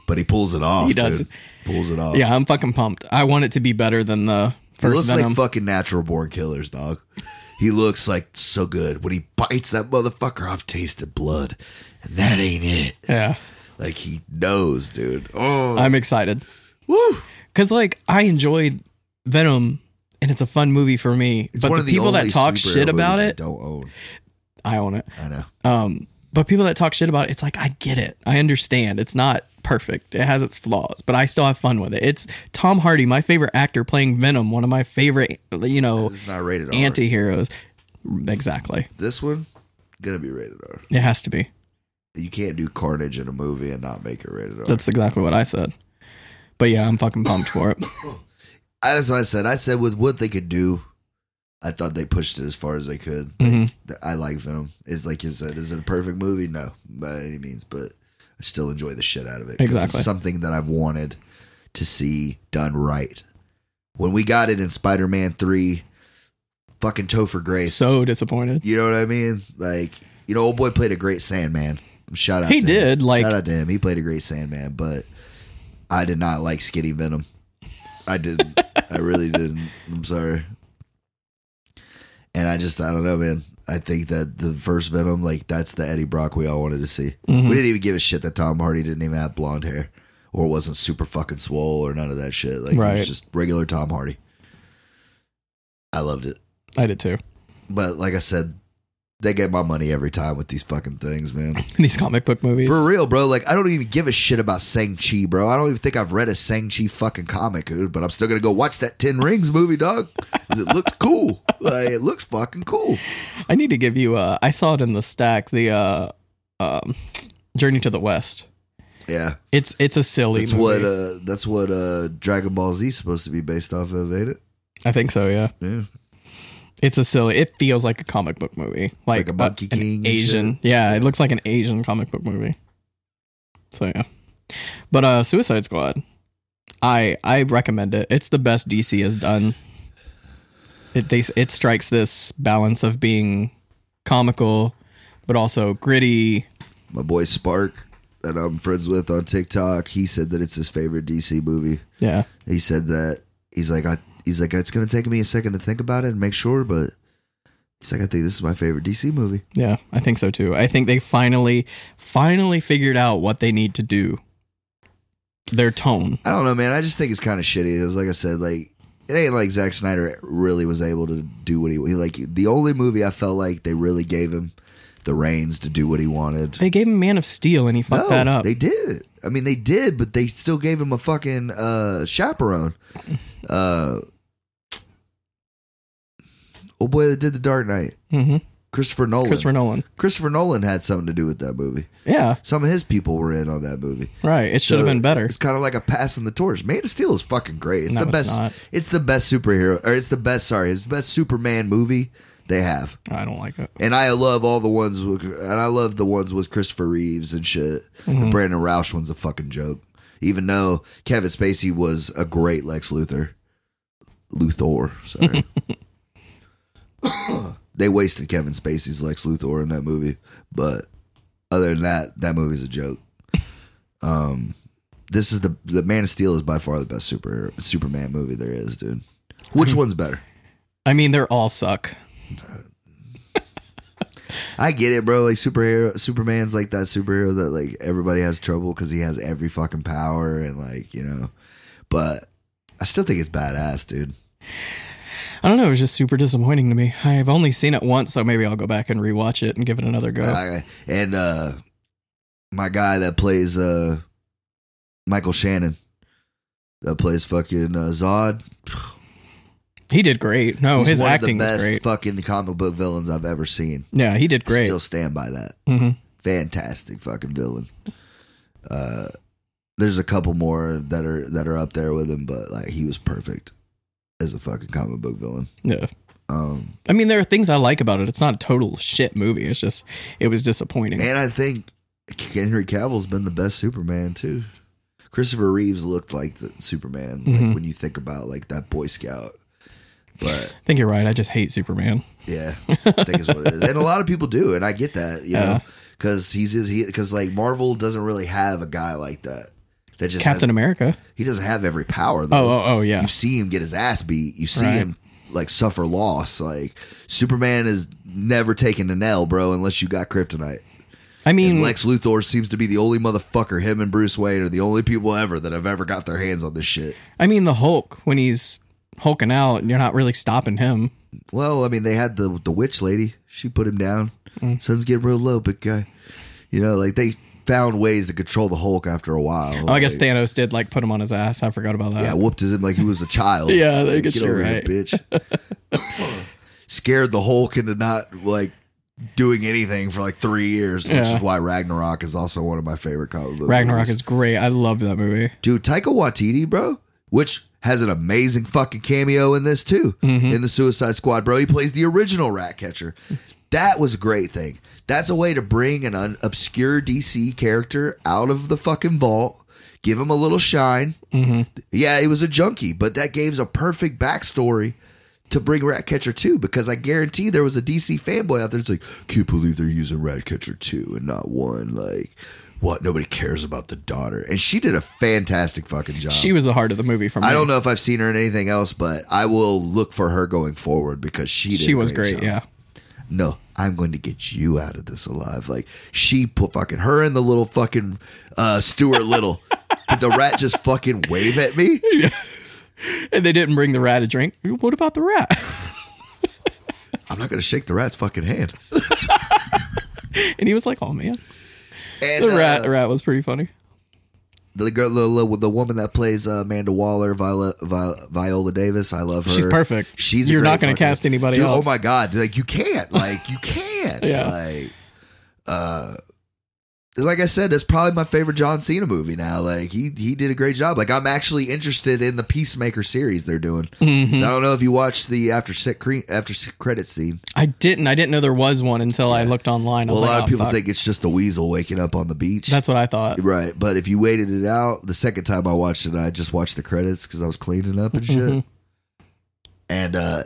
[SPEAKER 3] but he pulls it off.
[SPEAKER 2] He does.
[SPEAKER 3] dude. Pulls it off.
[SPEAKER 2] yeah, I'm fucking pumped. I want it to be better than the
[SPEAKER 3] He
[SPEAKER 2] first
[SPEAKER 3] looks
[SPEAKER 2] Venom.
[SPEAKER 3] like fucking natural born killers, dog. He looks like so good when he bites that motherfucker. I've tasted blood, and that ain't it.
[SPEAKER 2] yeah,
[SPEAKER 3] Like he knows, dude. Oh,
[SPEAKER 2] I'm excited.
[SPEAKER 3] woo!
[SPEAKER 2] Cause like I enjoyed Venom and it's a fun movie for me.
[SPEAKER 3] It's
[SPEAKER 2] but
[SPEAKER 3] one
[SPEAKER 2] the,
[SPEAKER 3] of the
[SPEAKER 2] people that
[SPEAKER 3] only
[SPEAKER 2] talk
[SPEAKER 3] superhero
[SPEAKER 2] shit about
[SPEAKER 3] movies I
[SPEAKER 2] it,
[SPEAKER 3] don't own.
[SPEAKER 2] I own it.
[SPEAKER 3] I know.
[SPEAKER 2] Um, but people that talk shit about it, it's like I get it. I understand. It's not perfect. It has its flaws, but I still have fun with it. It's Tom Hardy, my favorite actor playing Venom, one of my favorite, you know,
[SPEAKER 3] It's not rated R.
[SPEAKER 2] anti-heroes. Exactly.
[SPEAKER 3] This one gonna be rated R.
[SPEAKER 2] It has to be.
[SPEAKER 3] You can't do Carnage in a movie and not make it rated R.
[SPEAKER 2] That's exactly what I said. But yeah, I'm fucking pumped for it.
[SPEAKER 3] As I said, I said with what they could do, I thought they pushed it as far as they could.
[SPEAKER 2] Mhm.
[SPEAKER 3] Th- I like Venom. It's like you said, is it a perfect movie? No, by any means, but I still enjoy the shit out of it. 'cause
[SPEAKER 2] Exactly.
[SPEAKER 3] It's something that I've wanted to see done right. When we got it in Spider Man 3, fucking Topher Grace.
[SPEAKER 2] So disappointed.
[SPEAKER 3] you know what I mean? Like, you know, old boy played a great Sandman. Shout out
[SPEAKER 2] He
[SPEAKER 3] to
[SPEAKER 2] did,
[SPEAKER 3] Him.
[SPEAKER 2] like-
[SPEAKER 3] Shout out to him. He played a great Sandman, but I did not like Skinny Venom. I didn't. I really didn't. I'm sorry. And I just, I don't know, man. I think that the first Venom, like, that's the Eddie Brock we all wanted to see.
[SPEAKER 2] Mhm.
[SPEAKER 3] We didn't even give a shit that Tom Hardy didn't even have blonde hair or wasn't super fucking swole or none of that shit. Like, it
[SPEAKER 2] Right.
[SPEAKER 3] was just regular Tom Hardy. I loved it.
[SPEAKER 2] I did too.
[SPEAKER 3] But like I said, they get my money every time with these fucking things, man.
[SPEAKER 2] These comic book movies.
[SPEAKER 3] For real, bro. Like I don't even give a shit about Sang Chi, bro. I don't even think I've read a Sang Chi fucking comic, dude. But I'm still gonna go watch that Ten Rings movie, dog. 'Cause It looks cool. Like, it looks fucking cool.
[SPEAKER 2] I need to give you. Uh, I saw it in the stack. The uh, um, Journey to the West.
[SPEAKER 3] Yeah,
[SPEAKER 2] It's it's a silly.
[SPEAKER 3] that's
[SPEAKER 2] movie.
[SPEAKER 3] what. Uh, that's what. Uh, Dragon Ball Z is supposed to be based off of, ain't it?
[SPEAKER 2] I think so. Yeah,
[SPEAKER 3] Yeah.
[SPEAKER 2] it's a silly. It feels like a comic book movie, like,
[SPEAKER 3] a Monkey
[SPEAKER 2] an
[SPEAKER 3] King and
[SPEAKER 2] Asian. Yeah, it looks like an Asian comic book movie. So yeah, but uh, Suicide Squad. I I recommend it. It's the best DC has done. It they it strikes this balance of being comical, but also gritty.
[SPEAKER 3] My boy Spark, that I'm friends with on TikTok, he said that it's his favorite DC movie.
[SPEAKER 2] Yeah,
[SPEAKER 3] he said that he's like I he's like it's gonna take me a second to think about it and make sure, but he's like I think this is my favorite DC movie.
[SPEAKER 2] Yeah, I think so too. I think they finally, finally figured out what they need to do. Their tone.
[SPEAKER 3] I don't know, man. I just think it's kind of shitty. It's like I said, like it ain't like Zack Snyder really was able to do what he like. The only movie I felt like they really gave him the reins to do what he wanted.
[SPEAKER 2] They gave him Man of Steel and he fucked that up.
[SPEAKER 3] They did. I mean, they did, but they still gave him a fucking uh, chaperone. Uh, oh boy, that did the Dark Knight.
[SPEAKER 2] hmm
[SPEAKER 3] Christopher Nolan.
[SPEAKER 2] Christopher Nolan.
[SPEAKER 3] Christopher Nolan had something to do with that movie.
[SPEAKER 2] Yeah,
[SPEAKER 3] Some of his people were in on that movie.
[SPEAKER 2] right. It should have
[SPEAKER 3] So
[SPEAKER 2] been better.
[SPEAKER 3] It's kind of like a passing the torch. Man of Steel is fucking great. It's
[SPEAKER 2] No,
[SPEAKER 3] the
[SPEAKER 2] it's
[SPEAKER 3] best. It's,
[SPEAKER 2] not.
[SPEAKER 3] the best superhero, or it's the best. Sorry, it's the best Superman movie they have.
[SPEAKER 2] I don't like it.
[SPEAKER 3] And I love all the ones, with, and I love the ones with Christopher Reeves and shit. The Brandon Roush one's a fucking joke. Even though Kevin Spacey was a great Lex Luthor, Luthor, sorry. they wasted Kevin Spacey's Lex Luthor in that movie, but other than that, that movie's a joke. Um, this is the the Man of Steel is by far the best super Superman movie there is, dude. Which one's better?
[SPEAKER 2] I mean, they're all suck.
[SPEAKER 3] I get it, bro. Like superhero, Superman's like that superhero that like everybody has trouble because he has every fucking power and like you know. But I still think it's badass, dude.
[SPEAKER 2] I don't know. It was just super disappointing to me. I've only seen it once, so maybe I'll go back and rewatch it and give it another go.
[SPEAKER 3] I- and uh, my guy that plays uh, Michael Shannon, that plays fucking uh, Zod.
[SPEAKER 2] He did great. No,
[SPEAKER 3] He's
[SPEAKER 2] Oh, his
[SPEAKER 3] one
[SPEAKER 2] acting
[SPEAKER 3] of the
[SPEAKER 2] was
[SPEAKER 3] best
[SPEAKER 2] great.
[SPEAKER 3] fucking comic book villains I've ever seen.
[SPEAKER 2] yeah, he did great.
[SPEAKER 3] Still stand by that.
[SPEAKER 2] hmm
[SPEAKER 3] Fantastic fucking villain. Uh, there's a couple more that are that are up there with him, but like he was perfect as a fucking comic book villain.
[SPEAKER 2] Yeah.
[SPEAKER 3] Um,
[SPEAKER 2] I mean, there are things I like about it. It's not a total shit movie. It's just it was disappointing.
[SPEAKER 3] And I think Henry Cavill's been the best Superman too. Christopher Reeves looked like the Superman
[SPEAKER 2] Mhm.
[SPEAKER 3] like when you think about like that Boy Scout. But
[SPEAKER 2] I think you're right. I just hate Superman.
[SPEAKER 3] yeah, I think is what it is, and a lot of people do, and I get that, you know,
[SPEAKER 2] Yeah.
[SPEAKER 3] because he's his he because like Marvel doesn't really have a guy like that. That just
[SPEAKER 2] Captain
[SPEAKER 3] has,
[SPEAKER 2] America.
[SPEAKER 3] he doesn't have every power
[SPEAKER 2] Oh,
[SPEAKER 3] though.
[SPEAKER 2] oh, oh, yeah.
[SPEAKER 3] You see him get his ass beat. You see
[SPEAKER 2] Right.
[SPEAKER 3] him like suffer loss. Like Superman is never taking an L, bro, unless you got kryptonite.
[SPEAKER 2] I mean,
[SPEAKER 3] And Lex Luthor seems to be the only motherfucker. Him and Bruce Wayne are the only people ever that have ever got their hands on this shit.
[SPEAKER 2] I mean, the Hulk when he's hulking out, you're not really stopping him.
[SPEAKER 3] Well, I mean, they had the the witch lady. She put him down.
[SPEAKER 2] Mm.
[SPEAKER 3] Sun's getting real low, big guy. You know, like they found ways to control the Hulk after a while.
[SPEAKER 2] Oh, I guess
[SPEAKER 3] Like,
[SPEAKER 2] Thanos did like put him on his ass. I forgot about
[SPEAKER 3] yeah,
[SPEAKER 2] that.
[SPEAKER 3] whooped him like he was a child.
[SPEAKER 2] Yeah, I
[SPEAKER 3] Like,
[SPEAKER 2] guess you're right.
[SPEAKER 3] bitch. Scared the Hulk into not like doing anything for like three years, which
[SPEAKER 2] Yeah.
[SPEAKER 3] is why Ragnarok is also one of my favorite comic book.
[SPEAKER 2] Ragnarok
[SPEAKER 3] movies.
[SPEAKER 2] is great. I loved that movie.
[SPEAKER 3] dude taika waititi bro which has an amazing fucking cameo in this too
[SPEAKER 2] Mm-hmm.
[SPEAKER 3] in the suicide squad bro he plays the original rat catcher that was a great thing that's a way to bring an un- obscure dc character out of the fucking vault give him a little shine yeah he was a junkie but that gives a perfect backstory to bring Ratcatcher 2 because I guarantee there was a DC fanboy out there that's like, can't believe they're using Ratcatcher 2 and not 1. Like, what? Nobody cares about the daughter. And she did a fantastic fucking job.
[SPEAKER 2] She was the heart of the movie for me.
[SPEAKER 3] I don't know if I've seen her in anything else, but I will look for her going forward because she did
[SPEAKER 2] She
[SPEAKER 3] a
[SPEAKER 2] was great.
[SPEAKER 3] job.
[SPEAKER 2] Yeah.
[SPEAKER 3] No, I'm going to get you out of this alive. Like, she put fucking her and the little fucking uh, Stuart Little. did the rat just fucking wave at me?
[SPEAKER 2] And they didn't bring the rat a drink. What about the rat?
[SPEAKER 3] I'm not going to shake the rat's fucking hand.
[SPEAKER 2] and he was like, "Oh man,
[SPEAKER 3] And,
[SPEAKER 2] the rat,
[SPEAKER 3] uh,
[SPEAKER 2] rat was pretty funny."
[SPEAKER 3] the girl, the, the, the woman that plays uh, Amanda Waller, Viola, Vi- Viola Davis. I love her.
[SPEAKER 2] She's perfect.
[SPEAKER 3] She's a
[SPEAKER 2] You're
[SPEAKER 3] great
[SPEAKER 2] not gonna
[SPEAKER 3] fucking-
[SPEAKER 2] cast anybody
[SPEAKER 3] Dude,
[SPEAKER 2] else.
[SPEAKER 3] Oh my god, like you can't, like you can't,
[SPEAKER 2] Yeah.
[SPEAKER 3] like uh. Like I said, that's probably my favorite John Cena movie now. Like he he did a great job. Like I'm actually interested in the Peacemaker series they're doing.
[SPEAKER 2] Mhm.
[SPEAKER 3] So I don't know if you watched the after set cre- after credit scene.
[SPEAKER 2] I didn't. I didn't know there was one until I looked online. I
[SPEAKER 3] Well,
[SPEAKER 2] was
[SPEAKER 3] a
[SPEAKER 2] like,
[SPEAKER 3] lot
[SPEAKER 2] "Oh,
[SPEAKER 3] of people
[SPEAKER 2] fuck."
[SPEAKER 3] think it's just a weasel waking up on the beach.
[SPEAKER 2] that's what I thought.
[SPEAKER 3] Right, but if you waited it out, the second time I watched it, I just watched the credits because I was cleaning up and shit.
[SPEAKER 2] Mhm.
[SPEAKER 3] And uh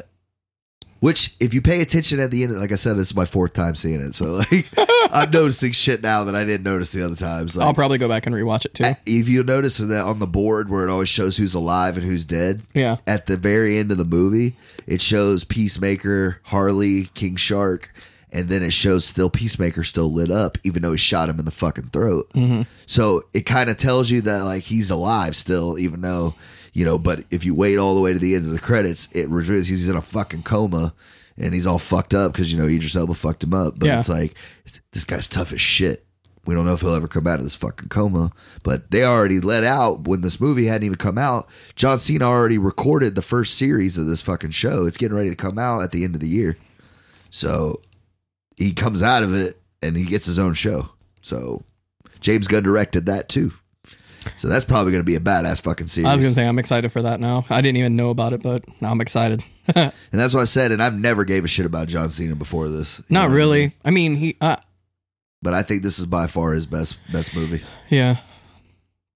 [SPEAKER 3] which, if you pay attention at the end, like I said, it's my fourth time seeing it, so like I'm noticing shit now that I didn't notice the other times. Like,
[SPEAKER 2] I'll probably go back and rewatch it too.
[SPEAKER 3] if you notice that on the board where it always shows who's alive and who's dead,
[SPEAKER 2] yeah.
[SPEAKER 3] at the very end of the movie, it shows Peacemaker, Harley, King Shark, and then it shows still Peacemaker still lit up, even though he shot him in the fucking throat.
[SPEAKER 2] Mm-hmm.
[SPEAKER 3] So it kind of tells you that like he's alive still, even though you know. But if you wait all the way to the end of the credits, it reveals he's in a fucking coma. And he's all fucked up because you know Idris Elba fucked him up. But
[SPEAKER 2] Yeah.
[SPEAKER 3] it's like this guy's tough as shit. We don't know if he'll ever come out of this fucking coma, but they already let out when this movie hadn't even come out. John Cena already recorded the first series of this fucking show. It's getting ready to come out at the end of the year. So he comes out of it and he gets his own show. So James Gunn directed that too. So that's probably going to be a badass fucking series.
[SPEAKER 2] I was gonna say I'm excited for that now. I didn't even know about it, but now I'm excited.
[SPEAKER 3] and that's what I said. And I've never gave a shit about John Cena before this. You
[SPEAKER 2] Not
[SPEAKER 3] know what I mean?
[SPEAKER 2] really. I mean, he. Uh,
[SPEAKER 3] But I think this is by far his best best movie.
[SPEAKER 2] yeah.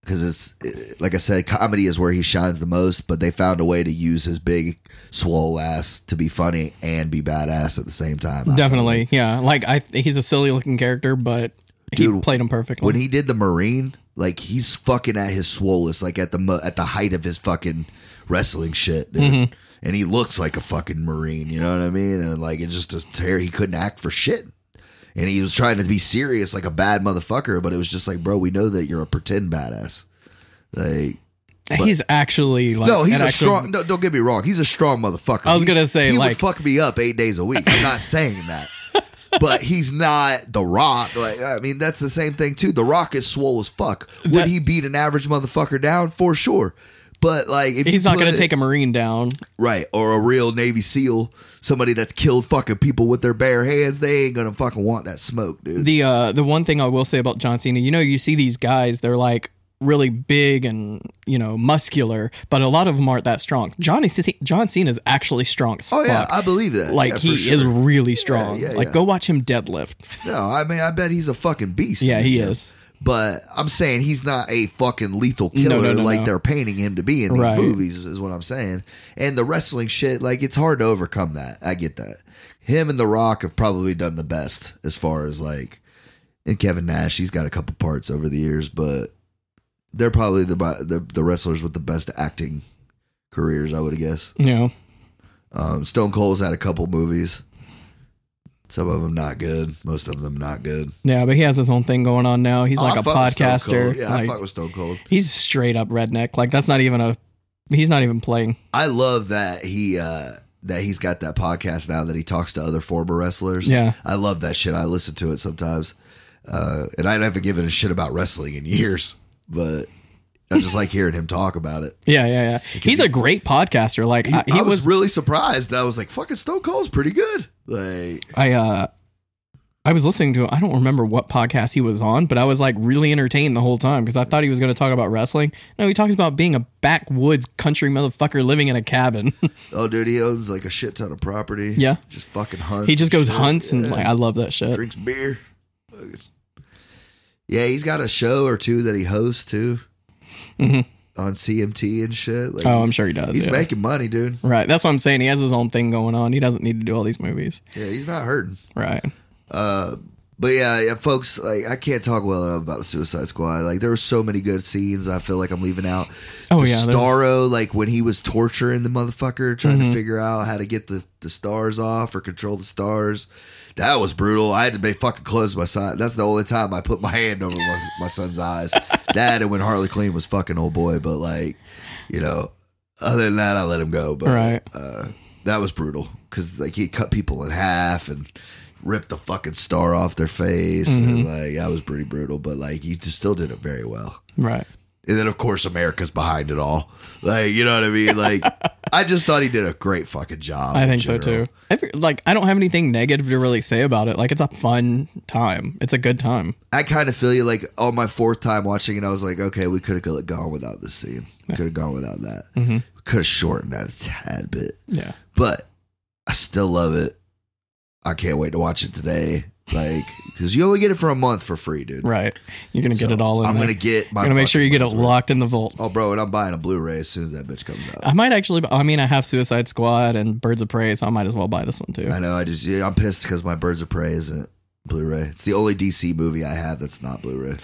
[SPEAKER 3] because it's eh, like I said, comedy is where he shines the most. But they found a way to use his big swole ass to be funny and be badass at the same time. I feel like.
[SPEAKER 2] Definitely. Yeah. Like I. He's a silly looking character, but he
[SPEAKER 3] Dude,
[SPEAKER 2] played him perfectly.
[SPEAKER 3] when he did the Marine, like he's fucking at his swollest, like at the mo- at the height of his fucking wrestling shit, dude. And he looks like a fucking Marine, you know what I mean? And like it's just a tear. He couldn't act for shit. And he was trying to be serious like a bad motherfucker, but it was just like, bro, we know that you're a pretend badass. Like
[SPEAKER 2] he's actually like.
[SPEAKER 3] No, he's
[SPEAKER 2] an
[SPEAKER 3] a
[SPEAKER 2] actual-
[SPEAKER 3] strong. No, don't get me wrong. He's a strong motherfucker.
[SPEAKER 2] I was
[SPEAKER 3] He-
[SPEAKER 2] gonna say,
[SPEAKER 3] he
[SPEAKER 2] like-
[SPEAKER 3] would fuck me up eight days a week. I'm not saying that, but he's not The Rock. Like I mean, that's the same thing too. The Rock is swole as fuck. Would
[SPEAKER 2] That-
[SPEAKER 3] he beat an average motherfucker down for sure? But like, if
[SPEAKER 2] He's
[SPEAKER 3] you
[SPEAKER 2] not going
[SPEAKER 3] put-
[SPEAKER 2] to take a Marine down.
[SPEAKER 3] right or a real Navy SEAL, somebody that's killed fucking people with their bare hands, they ain't gonna fucking want that smoke, dude.
[SPEAKER 2] The uh, the one thing I will say about John Cena, you know, you see these guys, they're like really big and you know muscular, but a lot of them aren't that strong. Johnny C- John Cena is actually strong as
[SPEAKER 3] oh
[SPEAKER 2] fuck.
[SPEAKER 3] yeah, I believe that.
[SPEAKER 2] like
[SPEAKER 3] Yeah, for
[SPEAKER 2] he
[SPEAKER 3] sure.
[SPEAKER 2] is really strong.
[SPEAKER 3] yeah,
[SPEAKER 2] like
[SPEAKER 3] yeah.
[SPEAKER 2] go watch him deadlift.
[SPEAKER 3] No, I mean, I bet he's a fucking beast.
[SPEAKER 2] Yeah,
[SPEAKER 3] in the
[SPEAKER 2] he
[SPEAKER 3] gym.
[SPEAKER 2] is.
[SPEAKER 3] But I'm saying he's not a fucking lethal killer
[SPEAKER 2] no, no,
[SPEAKER 3] like
[SPEAKER 2] no.
[SPEAKER 3] they're painting him to be in these
[SPEAKER 2] Right.
[SPEAKER 3] movies, is what I'm saying. And the wrestling shit, like, it's hard to overcome that. I get that. Him and The Rock have probably done the best as far as like, and Kevin Nash, he's got a couple parts over the years, but they're probably the the, the wrestlers with the best acting careers, I would guess.
[SPEAKER 2] You know,
[SPEAKER 3] Um, Stone Cold's had a couple movies. Some of them not good, most of them not good.
[SPEAKER 2] yeah, but he has his own thing going on now. He's
[SPEAKER 3] Oh,
[SPEAKER 2] like
[SPEAKER 3] I
[SPEAKER 2] a
[SPEAKER 3] fuck with Stone
[SPEAKER 2] podcaster.
[SPEAKER 3] Cold. Yeah, I
[SPEAKER 2] like,
[SPEAKER 3] fuck with Stone Cold.
[SPEAKER 2] he's straight up redneck. Like that's not even a. He's not even playing.
[SPEAKER 3] I love that he uh that he's got that podcast now that he talks to other former wrestlers.
[SPEAKER 2] Yeah.
[SPEAKER 3] I love that shit. I listen to it sometimes. Uh and I haven't given a shit about wrestling in years, but I just like hearing him talk about it.
[SPEAKER 2] Yeah, yeah, yeah. He's a great podcaster. Like I, Uh, he
[SPEAKER 3] I
[SPEAKER 2] was.
[SPEAKER 3] was, really surprised. I was like, fucking Stone Cold's pretty good. Like
[SPEAKER 2] I uh, I was listening to. I don't remember what podcast he was on, but I was like really entertained the whole time because I thought he was going to talk about wrestling. No, he talks about being a backwoods country motherfucker living in a cabin.
[SPEAKER 3] oh dude, he owns like a shit ton of property.
[SPEAKER 2] Yeah.
[SPEAKER 3] Just fucking hunts.
[SPEAKER 2] he just
[SPEAKER 3] and
[SPEAKER 2] goes
[SPEAKER 3] shit.
[SPEAKER 2] hunts and
[SPEAKER 3] Yeah.
[SPEAKER 2] like I love that shit.
[SPEAKER 3] drinks beer. Yeah, he's got a show or two that he hosts too on CMT and shit. Like,
[SPEAKER 2] Mm-hmm. Oh, I'm sure he does.
[SPEAKER 3] he's
[SPEAKER 2] yeah.
[SPEAKER 3] making money, dude.
[SPEAKER 2] Right. That's what I'm saying. He has his own thing going on. He doesn't need to do all these movies.
[SPEAKER 3] Yeah, he's not hurting.
[SPEAKER 2] Right.
[SPEAKER 3] Uh, but yeah, yeah, folks, like I can't talk well enough about the Suicide Squad. Like there were so many good scenes. I feel like I'm leaving out.
[SPEAKER 2] Oh,
[SPEAKER 3] the
[SPEAKER 2] yeah, there's- Mm-hmm.
[SPEAKER 3] Starro, like when he was torturing the motherfucker, trying to figure out how to get the the stars off or control the stars. That was brutal. I had to be fucking close my son. That's the only time I put my hand over my, my son's eyes. That and when Harley Quinn was fucking old boy. But like, you know, other than that, I let him go. But
[SPEAKER 2] Right.
[SPEAKER 3] uh, that was brutal because like he cut people in half and ripped the fucking star off their face
[SPEAKER 2] Mm-hmm.
[SPEAKER 3] and like that was pretty brutal but like he just still did it very well
[SPEAKER 2] Right.
[SPEAKER 3] and then of course america's behind it all like you know what i mean like i just thought he did a great fucking job
[SPEAKER 2] I
[SPEAKER 3] in
[SPEAKER 2] think so
[SPEAKER 3] general.
[SPEAKER 2] too. Every, like I don't have anything negative to really say about it. Like it's a fun time. It's a good time.
[SPEAKER 3] i kind of feel you like on my fourth time watching it i was like okay we could have gone without this scene we could have gone without that could have shortened that a tad bit
[SPEAKER 2] Mm-hmm. Yeah.
[SPEAKER 3] but I still love it. I can't wait to watch it today. Like, because you only get it for a month for free, dude.
[SPEAKER 2] Right. You're gonna get
[SPEAKER 3] So,
[SPEAKER 2] it all in.
[SPEAKER 3] I'm
[SPEAKER 2] there.
[SPEAKER 3] gonna get my.
[SPEAKER 2] You're gonna make sure you
[SPEAKER 3] fucking
[SPEAKER 2] get it
[SPEAKER 3] money's worth.
[SPEAKER 2] locked in the vault.
[SPEAKER 3] Oh, bro, and I'm buying a Blu-ray as soon as that bitch comes out.
[SPEAKER 2] I might actually. I mean, I have Suicide Squad and Birds of Prey, so I might as well buy this one too.
[SPEAKER 3] I know. I just yeah, I'm pissed because my Birds of Prey isn't Blu-ray. It's the only DC movie I have that's not Blu-ray.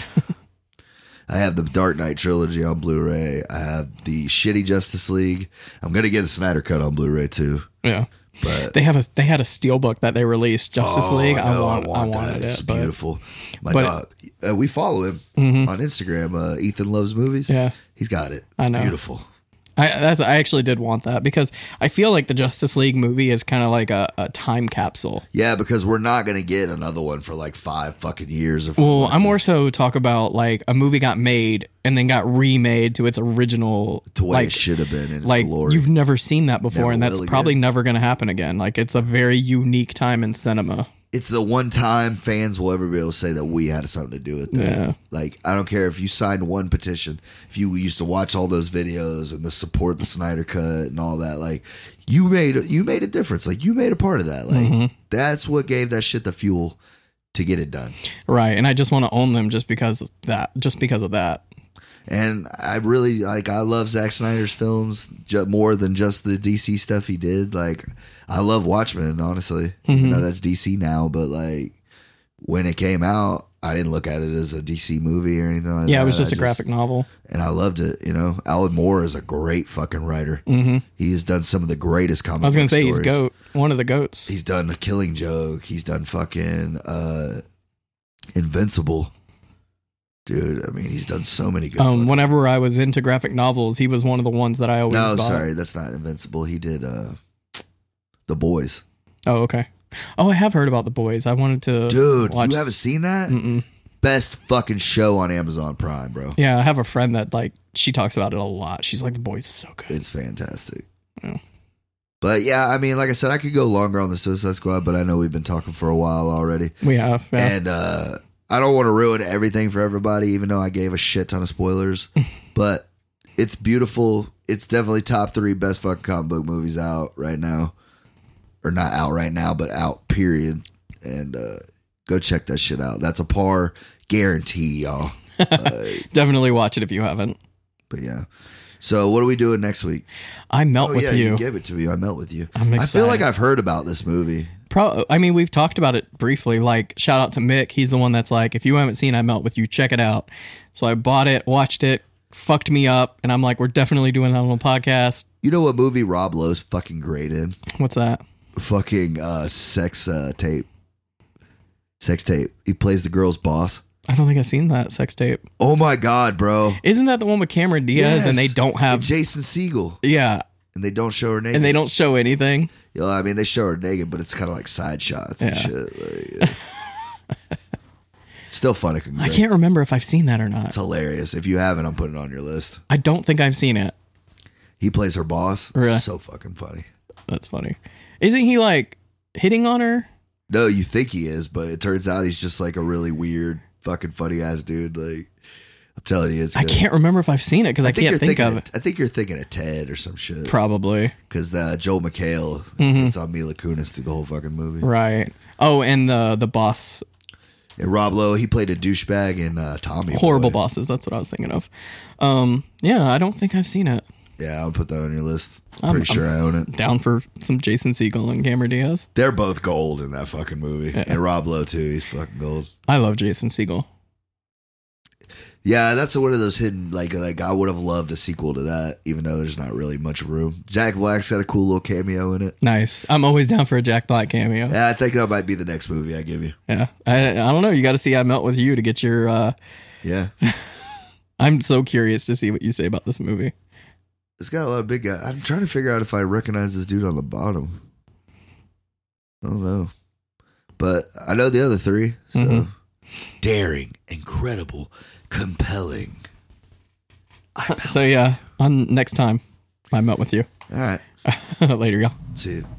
[SPEAKER 3] I have the Dark Knight trilogy on Blu-ray. I have the shitty Justice League. I'm gonna get the Snyder cut on Blu-ray too.
[SPEAKER 2] Yeah.
[SPEAKER 3] But
[SPEAKER 2] They have a. They had a steelbook that they released Justice
[SPEAKER 3] Oh,
[SPEAKER 2] League. I,
[SPEAKER 3] know,
[SPEAKER 2] want. I, wanted
[SPEAKER 3] It's
[SPEAKER 2] it. but-
[SPEAKER 3] beautiful. My
[SPEAKER 2] but- Mm-hmm.
[SPEAKER 3] dog, uh, we follow him on Instagram. Uh, Ethan loves movies.
[SPEAKER 2] Yeah.
[SPEAKER 3] he's got it. It's
[SPEAKER 2] I know.
[SPEAKER 3] Beautiful.
[SPEAKER 2] I that's, I actually did want that because I feel like the Justice League movie is kind of like a, a time capsule.
[SPEAKER 3] Yeah, because we're not gonna get another one for like five fucking years. If
[SPEAKER 2] Well, I more so talk about like a movie got made and then got remade to its original
[SPEAKER 3] the way
[SPEAKER 2] like
[SPEAKER 3] it should have been in its
[SPEAKER 2] like
[SPEAKER 3] glory.
[SPEAKER 2] you've never seen that before
[SPEAKER 3] Never
[SPEAKER 2] and that's
[SPEAKER 3] will
[SPEAKER 2] probably never going to happen again. Like it's a very unique time in cinema.
[SPEAKER 3] it's the one time fans will ever be able to say that we had something to do with that.
[SPEAKER 2] Yeah.
[SPEAKER 3] Like, I don't care if you signed one petition, if you used to watch all those videos and the support the Snyder Cut and all that, like you made you made a difference. Like you made a part of that. Like that's what gave that shit the fuel to get it done.
[SPEAKER 2] Right. And I just want to own them just because of that just because of that.
[SPEAKER 3] And I really like I love Zack Snyder's films ju- more than just the DC stuff he did. Like I love Watchmen, honestly.
[SPEAKER 2] Mm-hmm.
[SPEAKER 3] Even though that's DC now, but like when it came out, I didn't look at it as a DC movie or anything. Like
[SPEAKER 2] Yeah, it was
[SPEAKER 3] that.
[SPEAKER 2] just
[SPEAKER 3] I
[SPEAKER 2] a graphic novel.
[SPEAKER 3] and I loved it. You know, Alan Moore is a great fucking writer. Mm-hmm. He has done some of the greatest comic.
[SPEAKER 2] I was going
[SPEAKER 3] book
[SPEAKER 2] to say he's
[SPEAKER 3] stories.
[SPEAKER 2] goat, one of the goats.
[SPEAKER 3] He's done The Killing Joke. He's done fucking uh, Invincible. Dude, I mean, he's done so many good.
[SPEAKER 2] Um,
[SPEAKER 3] fucking-
[SPEAKER 2] whenever I was into graphic novels, he was one of the ones that I always
[SPEAKER 3] No,
[SPEAKER 2] bought.
[SPEAKER 3] sorry, that's not Invincible. He did uh The Boys.
[SPEAKER 2] Oh, okay. Oh, I have heard about the boys. I wanted to
[SPEAKER 3] Dude,
[SPEAKER 2] watch- Mm.
[SPEAKER 3] you haven't seen that?
[SPEAKER 2] Mm-mm.
[SPEAKER 3] best fucking show on Amazon Prime, bro.
[SPEAKER 2] Yeah, I have a friend that like she talks about it a lot. She's like, the boys is so good.
[SPEAKER 3] It's fantastic.
[SPEAKER 2] Yeah.
[SPEAKER 3] But yeah, I mean, like I said, I could go longer on the Suicide Squad, but I know we've been talking for a while already.
[SPEAKER 2] We have. Yeah.
[SPEAKER 3] And uh, I don't want to ruin everything for everybody, even though I gave a shit ton of spoilers. but it's beautiful. It's definitely top three best fucking comic book movies out right now. Or not out right now, but out, period. And uh, go check that shit out. That's a par guarantee, y'all. Uh,
[SPEAKER 2] Definitely watch it if you haven't.
[SPEAKER 3] but yeah. So what are we doing next week?
[SPEAKER 2] I melt
[SPEAKER 3] oh
[SPEAKER 2] with
[SPEAKER 3] yeah,
[SPEAKER 2] you.
[SPEAKER 3] gave it to me. I met with you.
[SPEAKER 2] I'm
[SPEAKER 3] I feel
[SPEAKER 2] excited.
[SPEAKER 3] like I've heard about this movie.
[SPEAKER 2] Pro- I mean, we've talked about it briefly. Like, shout out to Mick. He's the one that's like, if you haven't seen I Melt with you, check it out. So I bought it, watched it, fucked me up, and I'm like, we're definitely doing that on a podcast.
[SPEAKER 3] You know what movie Rob Lowe's fucking great in?
[SPEAKER 2] What's that?
[SPEAKER 3] Fucking uh, sex uh, tape. Sex tape. He plays the girl's boss.
[SPEAKER 2] I don't think I've seen that sex tape.
[SPEAKER 3] Oh my god, bro.
[SPEAKER 2] Isn't that the one with Cameron Diaz and they
[SPEAKER 3] Yes.
[SPEAKER 2] don't have?
[SPEAKER 3] And Jason Siegel.
[SPEAKER 2] yeah,
[SPEAKER 3] And they don't show her naked.
[SPEAKER 2] and they don't show anything.
[SPEAKER 3] You know, I mean, they show her naked, but it's kind of like side shots and
[SPEAKER 2] Yeah.
[SPEAKER 3] shit. Like, yeah. Still fun. I
[SPEAKER 2] I can't remember if I've seen that or not.
[SPEAKER 3] It's hilarious. If you haven't, I'm putting it on your list.
[SPEAKER 2] I don't think I've seen it.
[SPEAKER 3] He plays her boss.
[SPEAKER 2] Really?
[SPEAKER 3] So fucking funny.
[SPEAKER 2] That's funny. Isn't he like hitting on her?
[SPEAKER 3] No, you think he is, but it turns out he's just like a really weird, fucking funny ass dude. Like, I'm telling you, it's.
[SPEAKER 2] I
[SPEAKER 3] good.
[SPEAKER 2] can't remember if I've seen it because I,
[SPEAKER 3] you're
[SPEAKER 2] can't think
[SPEAKER 3] thinking
[SPEAKER 2] of it.
[SPEAKER 3] I think you're thinking of Ted or some shit.
[SPEAKER 2] Probably
[SPEAKER 3] Because uh, Joel McHale,
[SPEAKER 2] Mm-hmm.
[SPEAKER 3] it's on Mila Kunis through the whole fucking movie.
[SPEAKER 2] right. Oh, and the the boss,
[SPEAKER 3] And Rob Lowe, he played a douchebag in uh, Tommy.
[SPEAKER 2] horrible
[SPEAKER 3] Boy.
[SPEAKER 2] bosses. That's what I was thinking of. Um, yeah, I don't think I've seen it.
[SPEAKER 3] Yeah, I'll put that on your list.
[SPEAKER 2] I'm-
[SPEAKER 3] Pretty sure I own it.
[SPEAKER 2] Down for some Jason Segel and Cameron Diaz.
[SPEAKER 3] They're both gold in that fucking movie, and Rob Lowe too. He's fucking gold.
[SPEAKER 2] I love Jason Segel.
[SPEAKER 3] Yeah, that's one of those hidden like like I would have loved a sequel to that, even though there's not really much room. Jack Black's got a cool little cameo in it.
[SPEAKER 2] Nice. I'm always down for a Jack Black cameo. Yeah,
[SPEAKER 3] Yeah, I think that might be the next movie I give you.
[SPEAKER 2] I, I don't know. You got to see I melt with you to get your. Uh,
[SPEAKER 3] Yeah,
[SPEAKER 2] I'm so curious to see what you say about this movie.
[SPEAKER 3] it's got a lot of big guys. I'm trying to figure out if I recognize this dude on the bottom. I don't know, but I know the other three. So
[SPEAKER 2] Mhm.
[SPEAKER 3] Mm-hmm. daring, incredible, compelling.
[SPEAKER 2] So yeah, on next time I melt with you.
[SPEAKER 3] All right,
[SPEAKER 2] Later, y'all.
[SPEAKER 3] see you.